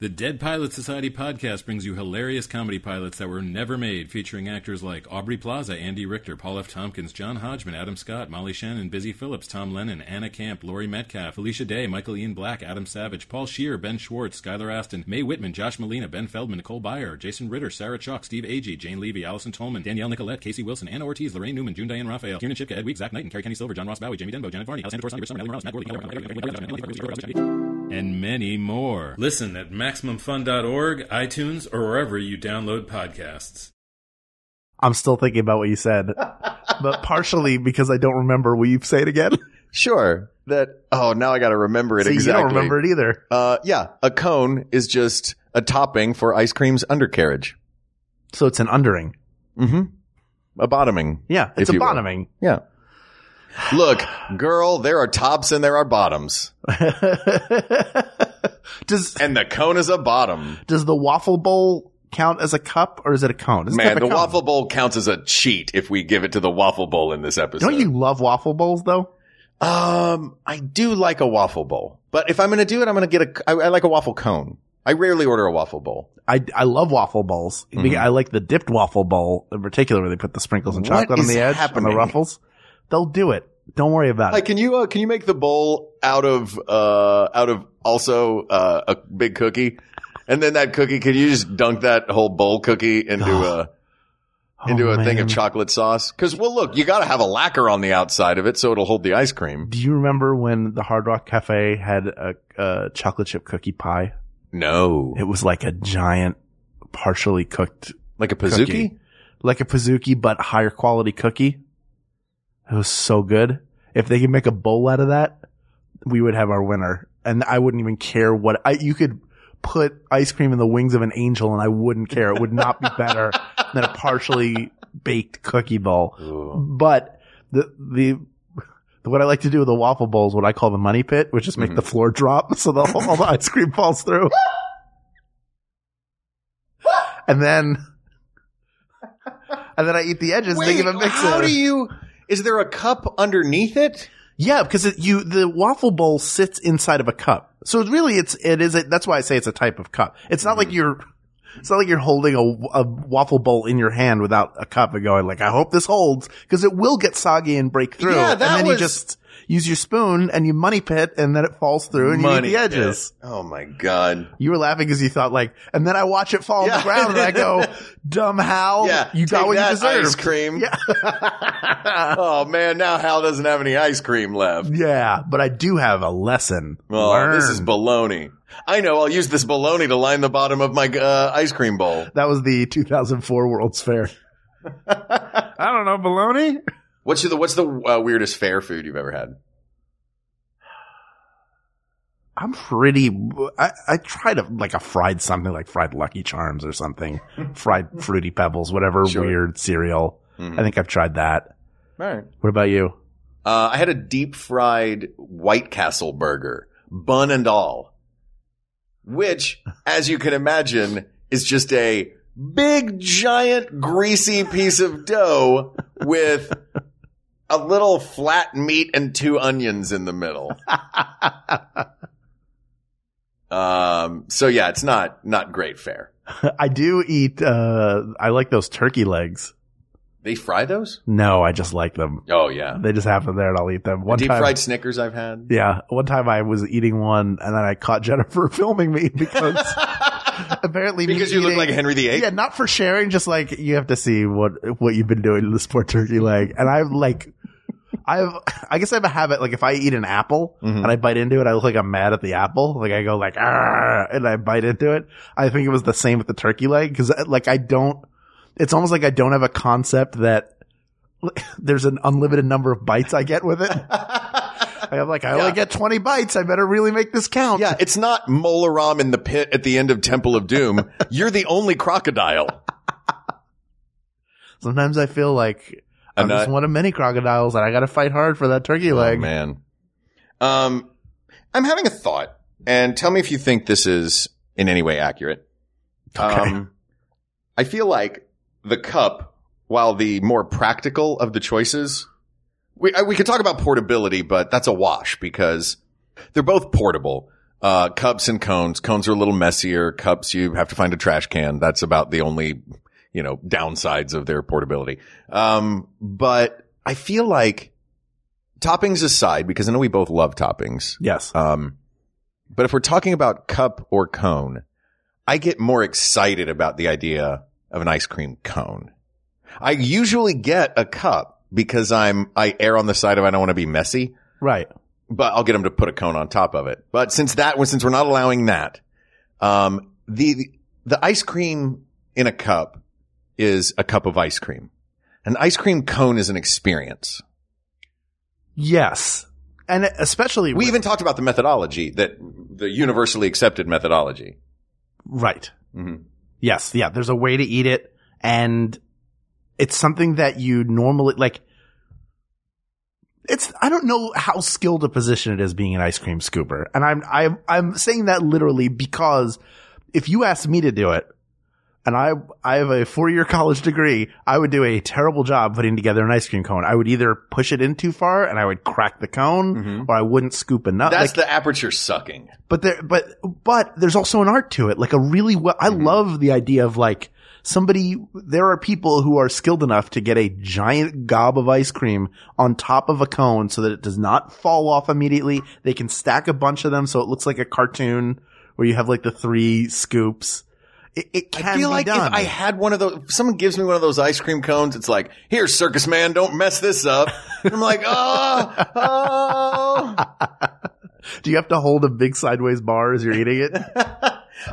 Speaker 10: The Dead Pilot Society podcast brings you hilarious comedy pilots that were never made, featuring actors like Aubrey Plaza, Andy Richter, Paul F. Tompkins, John Hodgman, Adam Scott, Molly Shannon, Busy Phillips, Tom Lennon, Anna Camp, Laurie Metcalf, Felicia Day, Michael Ian Black, Adam Savage, Paul Shear, Ben Schwartz, Skylar Aston, Mae Whitman, Josh Molina, Ben Feldman, Nicole Byer, Jason Ritter, Sarah Chalk, Steve Agee, Jane Levy, Allison Tolman, Danielle Nicolette, Casey Wilson, Anna Ortiz, Lorraine Newman, June Diane Raphael, Kieran Shipka, Ed Week, Zach Knight, and Carrie Kenny Silver, John Ross Bowie, Jamie Denbo, Janet Varney, Alexander Torsan, Rich Summer, Ellie Morales, Matt Gorley, and many more. Listen at MaximumFun.org, iTunes, or wherever you download podcasts.
Speaker 1: I'm still thinking about what you said,
Speaker 2: <laughs>
Speaker 1: but partially because I don't remember. Will you say it again?
Speaker 2: Sure. That oh now I gotta remember it
Speaker 1: <laughs> See, you
Speaker 2: exactly.
Speaker 1: don't remember it either.
Speaker 2: Uh yeah. A cone is just a topping for ice cream's undercarriage.
Speaker 1: So it's an undering.
Speaker 2: A bottoming.
Speaker 1: Yeah, it's
Speaker 2: if
Speaker 1: a
Speaker 2: you will.
Speaker 1: bottoming.
Speaker 2: Yeah. Look, girl, there are tops and there are bottoms.
Speaker 1: does
Speaker 2: And the cone is a bottom.
Speaker 1: does the waffle bowl count as a cup or is it a cone? It's
Speaker 2: Man,
Speaker 1: gotta
Speaker 2: the
Speaker 1: be a cone.
Speaker 2: waffle bowl counts as a cheat if we give it to the waffle bowl in this episode.
Speaker 1: Don't you love waffle bowls though?
Speaker 2: Um, I do like a waffle bowl, but if I'm going to do it, I'm going to get a. I, I like a waffle cone. I rarely order a waffle bowl.
Speaker 1: I, I love waffle bowls.
Speaker 2: Mm-hmm.
Speaker 1: I like the dipped waffle bowl in particular where they put the sprinkles and
Speaker 2: What
Speaker 1: chocolate on
Speaker 2: is
Speaker 1: the edge on
Speaker 2: happening?
Speaker 1: the ruffles. They'll do it. Don't worry about
Speaker 2: Like,
Speaker 1: it.
Speaker 2: can you uh, can you make the bowl out of uh out of also uh, a big cookie, and then that cookie? Can you just dunk that whole bowl cookie into a
Speaker 1: Oh,
Speaker 2: into a thing
Speaker 1: man.
Speaker 2: of chocolate sauce? Because well, look, you got to have a lacquer on the outside of it so it'll hold the ice cream.
Speaker 1: Do you remember when the Hard Rock Cafe had a, a chocolate chip cookie pie?
Speaker 2: No,
Speaker 1: It was like a giant, partially cooked,
Speaker 2: like a pizookie.
Speaker 1: Cookie. like a Pizookie, but higher quality cookie. It was so good. If they could make a bowl out of that, we would have our winner. And I wouldn't even care what I, you could put ice cream in the wings of an angel and I wouldn't care. It would not be
Speaker 2: <laughs>
Speaker 1: better than a partially baked cookie bowl. But the, the, what I like to do with the waffle bowl is what I call the money pit, which is make
Speaker 2: Mm-hmm.
Speaker 1: the floor drop <laughs> so the all the ice cream falls
Speaker 2: <laughs>
Speaker 1: through. and then, and then I eat the edges,
Speaker 2: Wait,
Speaker 1: thinking of mixing.
Speaker 2: how do you? Is there a cup underneath it?
Speaker 1: Yeah, because it, you the waffle bowl sits inside of a cup, so it's really it's it is a, that's why I say it's a type of cup. It's not
Speaker 2: Mm-hmm.
Speaker 1: like you're it's not like you're holding a, a waffle bowl in your hand without a cup and going like I hope this holds because it will get soggy and break through.
Speaker 2: Yeah,
Speaker 1: and
Speaker 2: that
Speaker 1: then
Speaker 2: was-
Speaker 1: you just use your spoon and you money pit and then it falls through and
Speaker 2: Money
Speaker 1: you eat the
Speaker 2: pit.
Speaker 1: edges.
Speaker 2: Oh my god.
Speaker 1: You were laughing because you thought like, and then I watch it fall on
Speaker 2: Yeah.
Speaker 1: the ground and I
Speaker 2: <laughs>
Speaker 1: go, dumb Hal,
Speaker 2: Yeah,
Speaker 1: Oh, you got
Speaker 2: take
Speaker 1: what
Speaker 2: that
Speaker 1: you deserve.
Speaker 2: Ice cream.
Speaker 1: Yeah.
Speaker 2: <laughs> oh man, now Hal doesn't have any ice cream left.
Speaker 1: Yeah, but I do have a lesson.
Speaker 2: Oh, this is
Speaker 1: learned.
Speaker 2: baloney. I know. I'll use this baloney to line the bottom of my uh, ice cream bowl.
Speaker 1: That was the 2004 World's Fair. I don't know, baloney.
Speaker 2: What's the What's the uh, weirdest fair food you've ever had?
Speaker 1: I'm pretty. I, I tried a, like a fried something, like fried Lucky Charms or <laughs> something, fried Fruity Pebbles, whatever
Speaker 2: Sure.
Speaker 1: weird cereal. I think I've tried that.
Speaker 2: All right.
Speaker 1: What about you?
Speaker 2: Uh, I had a deep fried White Castle burger, bun and all, which, as you can imagine, is just a big, giant, greasy piece of dough with a little flat meat and two onions in the middle. <laughs> um, so yeah, it's not, not great fare.
Speaker 1: <laughs> I do eat. uh I like those turkey legs.
Speaker 2: They fry those?
Speaker 1: No, I just like them.
Speaker 2: Oh yeah.
Speaker 1: They just happen there, and I'll eat them. One
Speaker 2: Deep
Speaker 1: time,
Speaker 2: fried Snickers I've <laughs> had.
Speaker 1: Yeah. One time I was eating one and then I caught Jennifer <laughs> filming me <laughs> because apparently me
Speaker 2: Because you look
Speaker 1: eating-
Speaker 2: like Henry VIII?
Speaker 1: Yeah, not for sharing, just like you have to see what what you've been doing to this poor turkey leg. And I'm like I have, I guess I have a habit, like if I eat an apple
Speaker 2: Mm-hmm.
Speaker 1: and I bite into it, I look like I'm mad at the apple. Like I go like, "Arr," and I bite into it. I think it was the same with the turkey leg. Cause uh, like I don't, it's almost like I don't have a concept that <laughs> there's an unlimited number of bites I get
Speaker 2: <laughs>
Speaker 1: with it. I have like, I only get 20 bites. I better really make this count.
Speaker 2: <laughs> Yeah, it's not Mola Ram in the pit at the end of Temple of <laughs> Doom. You're the only crocodile.
Speaker 1: Sometimes I feel like I'm
Speaker 2: And
Speaker 1: just
Speaker 2: I-
Speaker 1: one of many crocodiles and I got to fight hard for that turkey leg.
Speaker 2: Oh, man. Um, I'm having a thought, and tell me if you think this is in any way accurate. Um, I feel like the cup, while the more practical of the choices, we I, we could talk about portability, but that's a wash because they're both portable. Uh, cups and cones. Cones are a little messier. Cups, you have to find a trash can. That's about the only, you know, downsides of their portability. Um, but I feel like toppings aside, because I know we both love toppings.
Speaker 1: Yes. Uh,
Speaker 2: Um, but if we're talking about cup or cone, I get more excited about the idea of an ice cream cone. I usually get a cup because I'm, I err on the side of I don't want to be messy,
Speaker 1: Right.
Speaker 2: but I'll get them to put a cone on top of it. But since that was, since we're not allowing that, um, the, the ice cream in a cup is a cup of ice cream. An ice cream cone is an experience.
Speaker 1: Yes. And especially
Speaker 2: We
Speaker 1: with-
Speaker 2: even talked about the methodology that the universally accepted methodology.
Speaker 1: right.
Speaker 2: Mhm.
Speaker 1: Yes. Yeah. There's a way to eat it. And it's something that you normally like. It's, I don't know how skilled a position it is being an ice cream scooper. And I'm, I'm, I'm saying that literally because if you asked me to do it, and I, I have a four year <laughs> college degree. I would do a terrible job putting together an ice cream cone. I would either push it in too far and I would crack the cone or I wouldn't scoop enough.
Speaker 2: Mm-hmm. That's
Speaker 1: Like-
Speaker 2: the aperture sucking.
Speaker 1: but there but but there's also an art to it like a really well i
Speaker 2: Mm-hmm.
Speaker 1: love the idea of like somebody there are people who are skilled enough to get a giant gob of ice cream on top of a cone so that it does not fall off immediately they can stack a bunch of them so it looks like a cartoon where you have like the three scoops it, it can
Speaker 2: I feel
Speaker 1: be
Speaker 2: like
Speaker 1: done.
Speaker 2: if I had one of those, if someone gives me one of those ice cream cones, it's like, here, circus man, don't mess this <laughs> up. And I'm like, oh, oh. <laughs>
Speaker 1: do you have to hold a big sideways bar
Speaker 2: <laughs>
Speaker 1: as you're eating it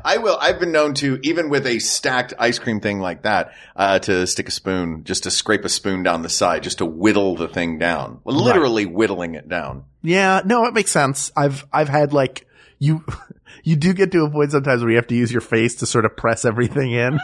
Speaker 2: I will. I've been known to, even with a stacked ice cream thing like that, uh, to stick a spoon, just to scrape a spoon down the side, just to whittle the thing down. Literally whittling it down.
Speaker 1: Yeah, no, it makes sense. I've I've had like you <laughs> you do get to a point sometimes where you have to use your face to sort of press everything
Speaker 2: <laughs>
Speaker 1: in.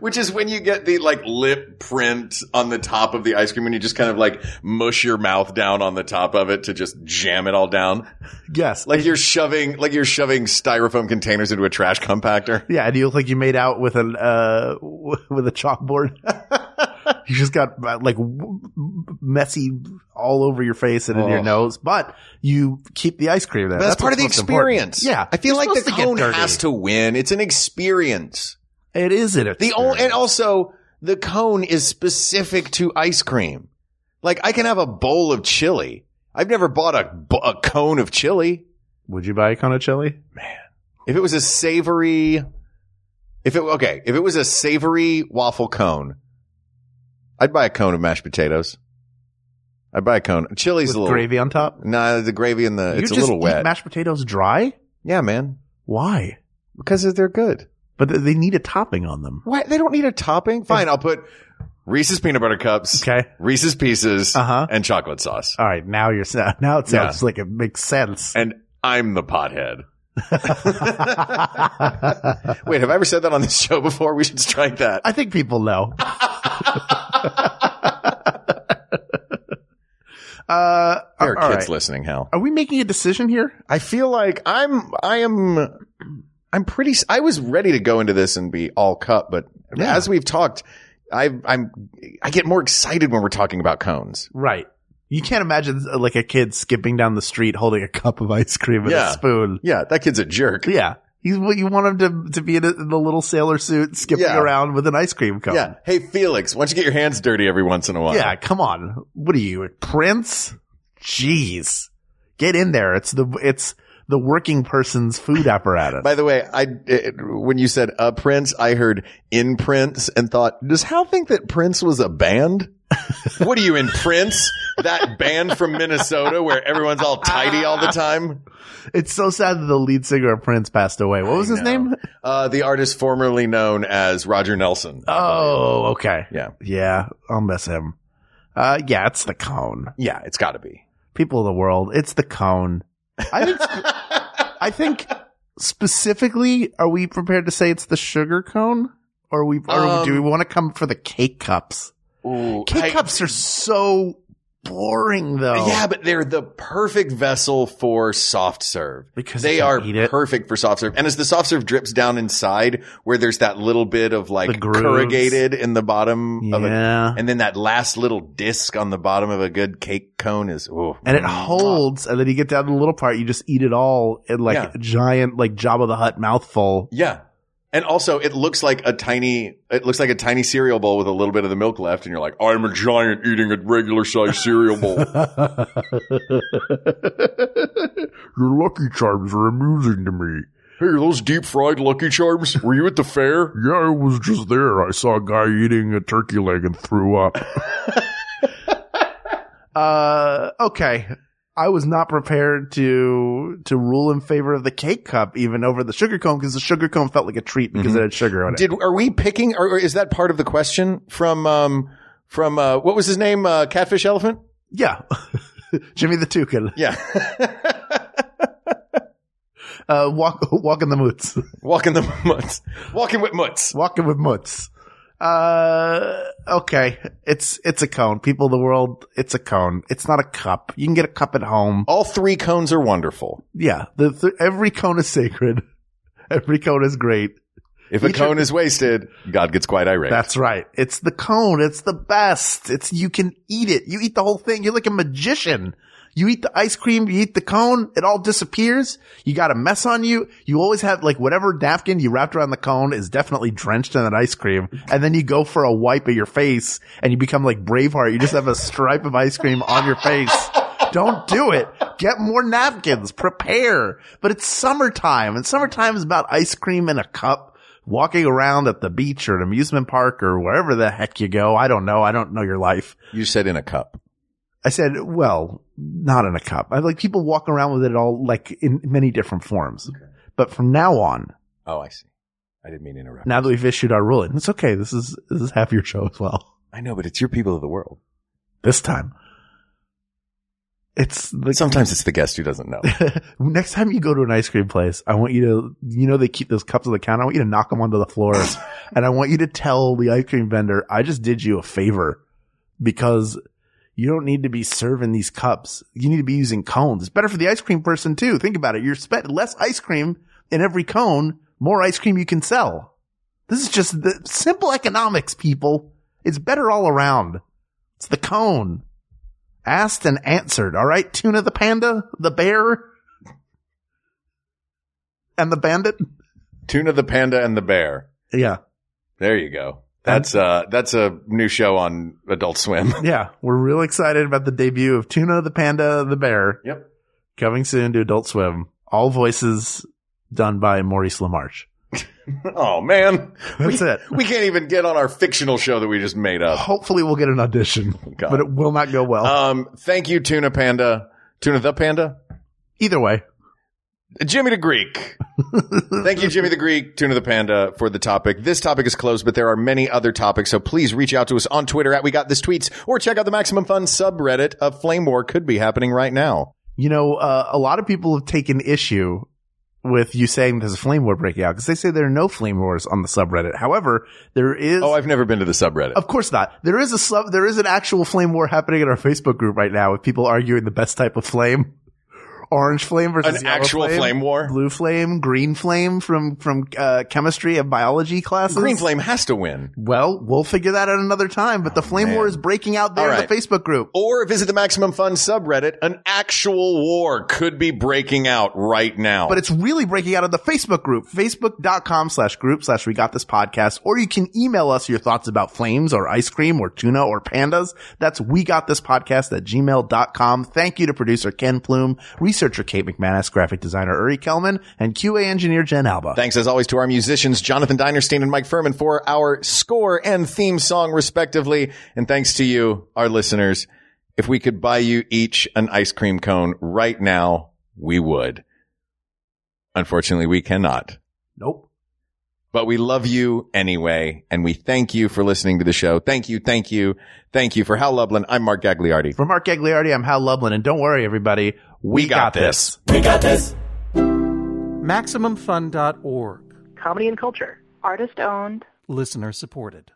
Speaker 2: Which is when you get the like lip print on the top of the ice cream and you just kind of like mush your mouth down on the top of it to just jam it all down.
Speaker 1: yes.
Speaker 2: Like you're shoving like you're shoving styrofoam containers into a trash compactor.
Speaker 1: yeah, and you look like you made out with an uh <laughs> w- with a
Speaker 2: <laughs>
Speaker 1: chalkboard. you just got uh, like w- w- messy all over your face and in your
Speaker 2: Ugh.
Speaker 1: nose, but you keep the ice cream there.
Speaker 2: Oh. That's, part of
Speaker 1: what's
Speaker 2: the
Speaker 1: most important.
Speaker 2: experience.
Speaker 1: Yeah,
Speaker 2: I feel
Speaker 1: You're
Speaker 2: like the
Speaker 1: supposed to get
Speaker 2: cone
Speaker 1: dirty.
Speaker 2: has to win. It's an experience.
Speaker 1: It is an
Speaker 2: The
Speaker 1: experience.
Speaker 2: only and also the cone is specific to ice cream. Like I can have a bowl of chili. I've never bought a, bo- a cone of chili.
Speaker 1: Would you buy a cone of chili?
Speaker 2: If it was a savory, if it okay, if it was a savory waffle cone, I'd buy a cone of mashed potatoes. I'd buy a cone. Chili's
Speaker 1: With
Speaker 2: a little
Speaker 1: gravy on top?
Speaker 2: No, the gravy and the
Speaker 1: you
Speaker 2: it's a
Speaker 1: just
Speaker 2: little
Speaker 1: eat
Speaker 2: wet.
Speaker 1: mashed potatoes dry?
Speaker 2: yeah, man,
Speaker 1: Why?
Speaker 2: because they're good.
Speaker 1: But th- they need a topping on them.
Speaker 2: Why they don't need a topping? Fine, I'll put Reese's peanut butter cups,
Speaker 1: Okay.
Speaker 2: Reese's pieces,
Speaker 1: Uh-huh.
Speaker 2: and chocolate sauce.
Speaker 1: All right, now you're <laughs> sa- now it sounds like it makes <laughs> sense.
Speaker 2: and I'm the pothead. Wait, have I ever said that on this show before? We should strike that.
Speaker 1: I think people <laughs> know. uh,
Speaker 2: There
Speaker 1: all
Speaker 2: are kids
Speaker 1: right.
Speaker 2: listening, Hal.
Speaker 1: Are we making a decision here?
Speaker 2: I feel like I'm, I am, I'm pretty, s- I was ready to go into this and be all cup, but as we've talked, I, I'm, I get more excited when we're talking about cones.
Speaker 1: Right. You can't imagine uh, like a kid skipping down the street holding a cup of ice cream and
Speaker 2: Yeah.
Speaker 1: a spoon.
Speaker 2: Yeah, that kid's a jerk.
Speaker 1: Yeah. He's what you want him to, to be in, a, in the little sailor suit skipping
Speaker 2: Yeah.
Speaker 1: around with an ice cream cone.
Speaker 2: Yeah. Hey, Felix, why don't you get your hands dirty every once in a while?
Speaker 1: Yeah, come on. What are you, Prince? Jeez. Get in there. It's the, it's the working person's food apparatus.
Speaker 2: By the way, I it, when you said a prince, I heard in Prince and thought, does Hal think that Prince was a band? What are you
Speaker 1: <laughs>
Speaker 2: in Prince? That band from Minnesota where everyone's all tidy all the time?
Speaker 1: It's so sad that the lead singer of Prince passed away. What was his
Speaker 2: No.
Speaker 1: name?
Speaker 2: Uh, the artist formerly known as Roger Nelson.
Speaker 1: Oh, okay.
Speaker 2: Yeah.
Speaker 1: Yeah, I'll miss him. Uh, yeah, it's the cone.
Speaker 2: Yeah, it's got to be.
Speaker 1: People of the world, it's the cone. I think, I think specifically, are we prepared to say it's the sugar cone? Or we, or
Speaker 2: Um,
Speaker 1: do we want to come for the cake cups?
Speaker 2: Ooh,
Speaker 1: Cake
Speaker 2: I-
Speaker 1: cups are so boring though.
Speaker 2: Yeah, but they're the perfect vessel for soft serve
Speaker 1: Because
Speaker 2: they
Speaker 1: you can
Speaker 2: are
Speaker 1: eat it.
Speaker 2: perfect for soft serve. And as the soft serve drips down inside, where there's that little bit of
Speaker 1: The
Speaker 2: like
Speaker 1: grooves.
Speaker 2: corrugated in the bottom of it,
Speaker 1: Yeah.
Speaker 2: and then that last little disc on the bottom of a good cake cone is oh,
Speaker 1: and it holds, and then you get down to the little part, you just eat it all in like
Speaker 2: Yeah.
Speaker 1: a giant, like Jabba the Hutt
Speaker 2: <laughs>
Speaker 1: mouthful.
Speaker 2: Yeah. And also it looks like a tiny it looks like a tiny cereal bowl with a little bit of the milk left and you're like, I'm a giant eating a regular sized cereal bowl.
Speaker 1: Your lucky charms are amusing to me.
Speaker 2: Hey, are those deep fried lucky charms? Were you at the fair?
Speaker 1: Yeah, I was just there. I saw a guy eating a turkey leg and threw up. uh, okay. I was not prepared to to rule in favor of the cake cup even over the sugar cone because the sugar cone felt like a treat because
Speaker 2: Mm-hmm.
Speaker 1: it had sugar on it.
Speaker 2: <laughs> Did are we picking or, or is that part of the question from um from uh what was his name? Uh Catfish Elephant?
Speaker 1: yeah. <laughs> Jimmy the Toucan.
Speaker 2: Yeah.
Speaker 1: Uh, walk, walking the moots.
Speaker 2: <laughs> Walking the mutts. Walking with mutts.
Speaker 1: walking with moots. Uh, okay. It's, it's a cone. People of the world, it's a cone. It's not a cup. You can get a cup at home.
Speaker 2: All three cones are wonderful.
Speaker 1: Yeah, the th- every cone is sacred. <laughs> Every cone is great.
Speaker 2: If a
Speaker 1: Each of-
Speaker 2: cone is wasted, God gets quite irate.
Speaker 1: That's right. It's the cone. It's the best. It's you can eat it. You eat the whole thing. You're like a magician. You eat the ice cream. You eat the cone. It all disappears. You got a mess on you. You always have like whatever napkin you wrapped around the cone is definitely drenched in that ice cream. And then you go for a wipe of your face and you become like Braveheart. You just have a stripe of ice cream on your face. Don't do it. Get more napkins. Prepare. But it's summertime and summertime is about ice cream in a cup walking around at the beach or an amusement park or wherever the heck you go. I don't know. I don't know your life.
Speaker 2: you said in a cup.
Speaker 1: I said, well, not in a cup. I like people walk around with it all like in many different forms. But from now on,
Speaker 2: Oh, I see. I didn't mean to interrupt.
Speaker 1: now that we've issued our ruling, it's okay. This is, this is half your show as well.
Speaker 2: I know, but it's your people of the world.
Speaker 1: This time. It's the
Speaker 2: Sometimes it's the guest who
Speaker 1: <laughs>
Speaker 2: doesn't know.
Speaker 1: next time you go to an ice cream place, I want you to, you know, they keep those cups on the counter. I want you to knock them onto the floor and I want you to tell the ice cream vendor, I just did you a favor because you don't need to be serving these cups. You need to be using cones. It's better for the ice cream person too. Think about it. You're spent less ice cream in every cone, more ice cream you can sell. This is just the simple economics, people. It's better all around. It's the cone. Asked and answered. All right. Tuna the panda, the bear and the bandit.
Speaker 2: Tuna the Panda and the Bear.
Speaker 1: Yeah.
Speaker 2: There you go. That's uh that's a new show on Adult Swim. <laughs>
Speaker 1: Yeah. We're real excited about the debut of Tuna the panda, the bear
Speaker 2: Yep.
Speaker 1: coming soon to Adult Swim. All voices done by Maurice LaMarche.
Speaker 2: Oh man.
Speaker 1: That's
Speaker 2: we,
Speaker 1: it.
Speaker 2: <laughs> We can't even get on our fictional show that we just made up.
Speaker 1: Hopefully we'll get an audition,
Speaker 2: God.
Speaker 1: but it Uh, will not go well.
Speaker 2: Um thank you Tuna Panda. Tuna the Panda.
Speaker 1: Either way.
Speaker 2: Jimmy the Greek. Thank you, Jimmy the Greek, Tuna the Panda, for the topic. This topic is closed, but there are many other topics, so please reach out to us on Twitter at We Got This Tweets or check out the Maximum Fun subreddit. A flame war could be happening right now.
Speaker 1: You know, uh, a lot of people have taken issue with you saying there's a flame war breaking out because they say there are no flame wars on the subreddit. However, there is.
Speaker 2: Oh, I've never been to the subreddit.
Speaker 1: Of course not. There is a sub, there is an actual flame war happening in our Facebook group right now with people arguing the best type of flame. Orange flame versus
Speaker 2: An
Speaker 1: yellow
Speaker 2: actual flame war?
Speaker 1: blue flame, green flame from from uh, chemistry and biology classes.
Speaker 2: Green Flame has to win.
Speaker 1: Well, we'll figure that out another time. But the flame war is breaking out there
Speaker 2: All
Speaker 1: in
Speaker 2: right.
Speaker 1: the Facebook group.
Speaker 2: Or visit the Maximum Fun subreddit. An actual war could be breaking out right now.
Speaker 1: but it's really breaking out of the Facebook group, facebook.com slash group slash we got this podcast, or you can email us your thoughts about flames or ice cream or tuna or pandas. That's we got this podcast at gmail.com. Thank you to producer Ken Plume. Re- researcher Kate McManus, graphic designer Uri Kelman, and QA engineer Jen Alba.
Speaker 2: Thanks as always to our musicians, Jonathan Dinerstein and Mike Furman for our score and theme song respectively. And thanks to you, our listeners. If we could buy you each an ice cream cone right now, we would. Unfortunately, we cannot,
Speaker 1: Nope.
Speaker 2: but we love you anyway. And we thank you for listening to the show. Thank you. Thank you. Thank you for Hal Lublin. I'm Mark Gagliardi.
Speaker 1: For Mark Gagliardi, I'm Hal Lublin, and don't worry, everybody, we,
Speaker 2: We got this.
Speaker 5: We got this.
Speaker 11: MaximumFun.org.
Speaker 12: Comedy and culture.
Speaker 13: Artist owned.
Speaker 11: Listener supported.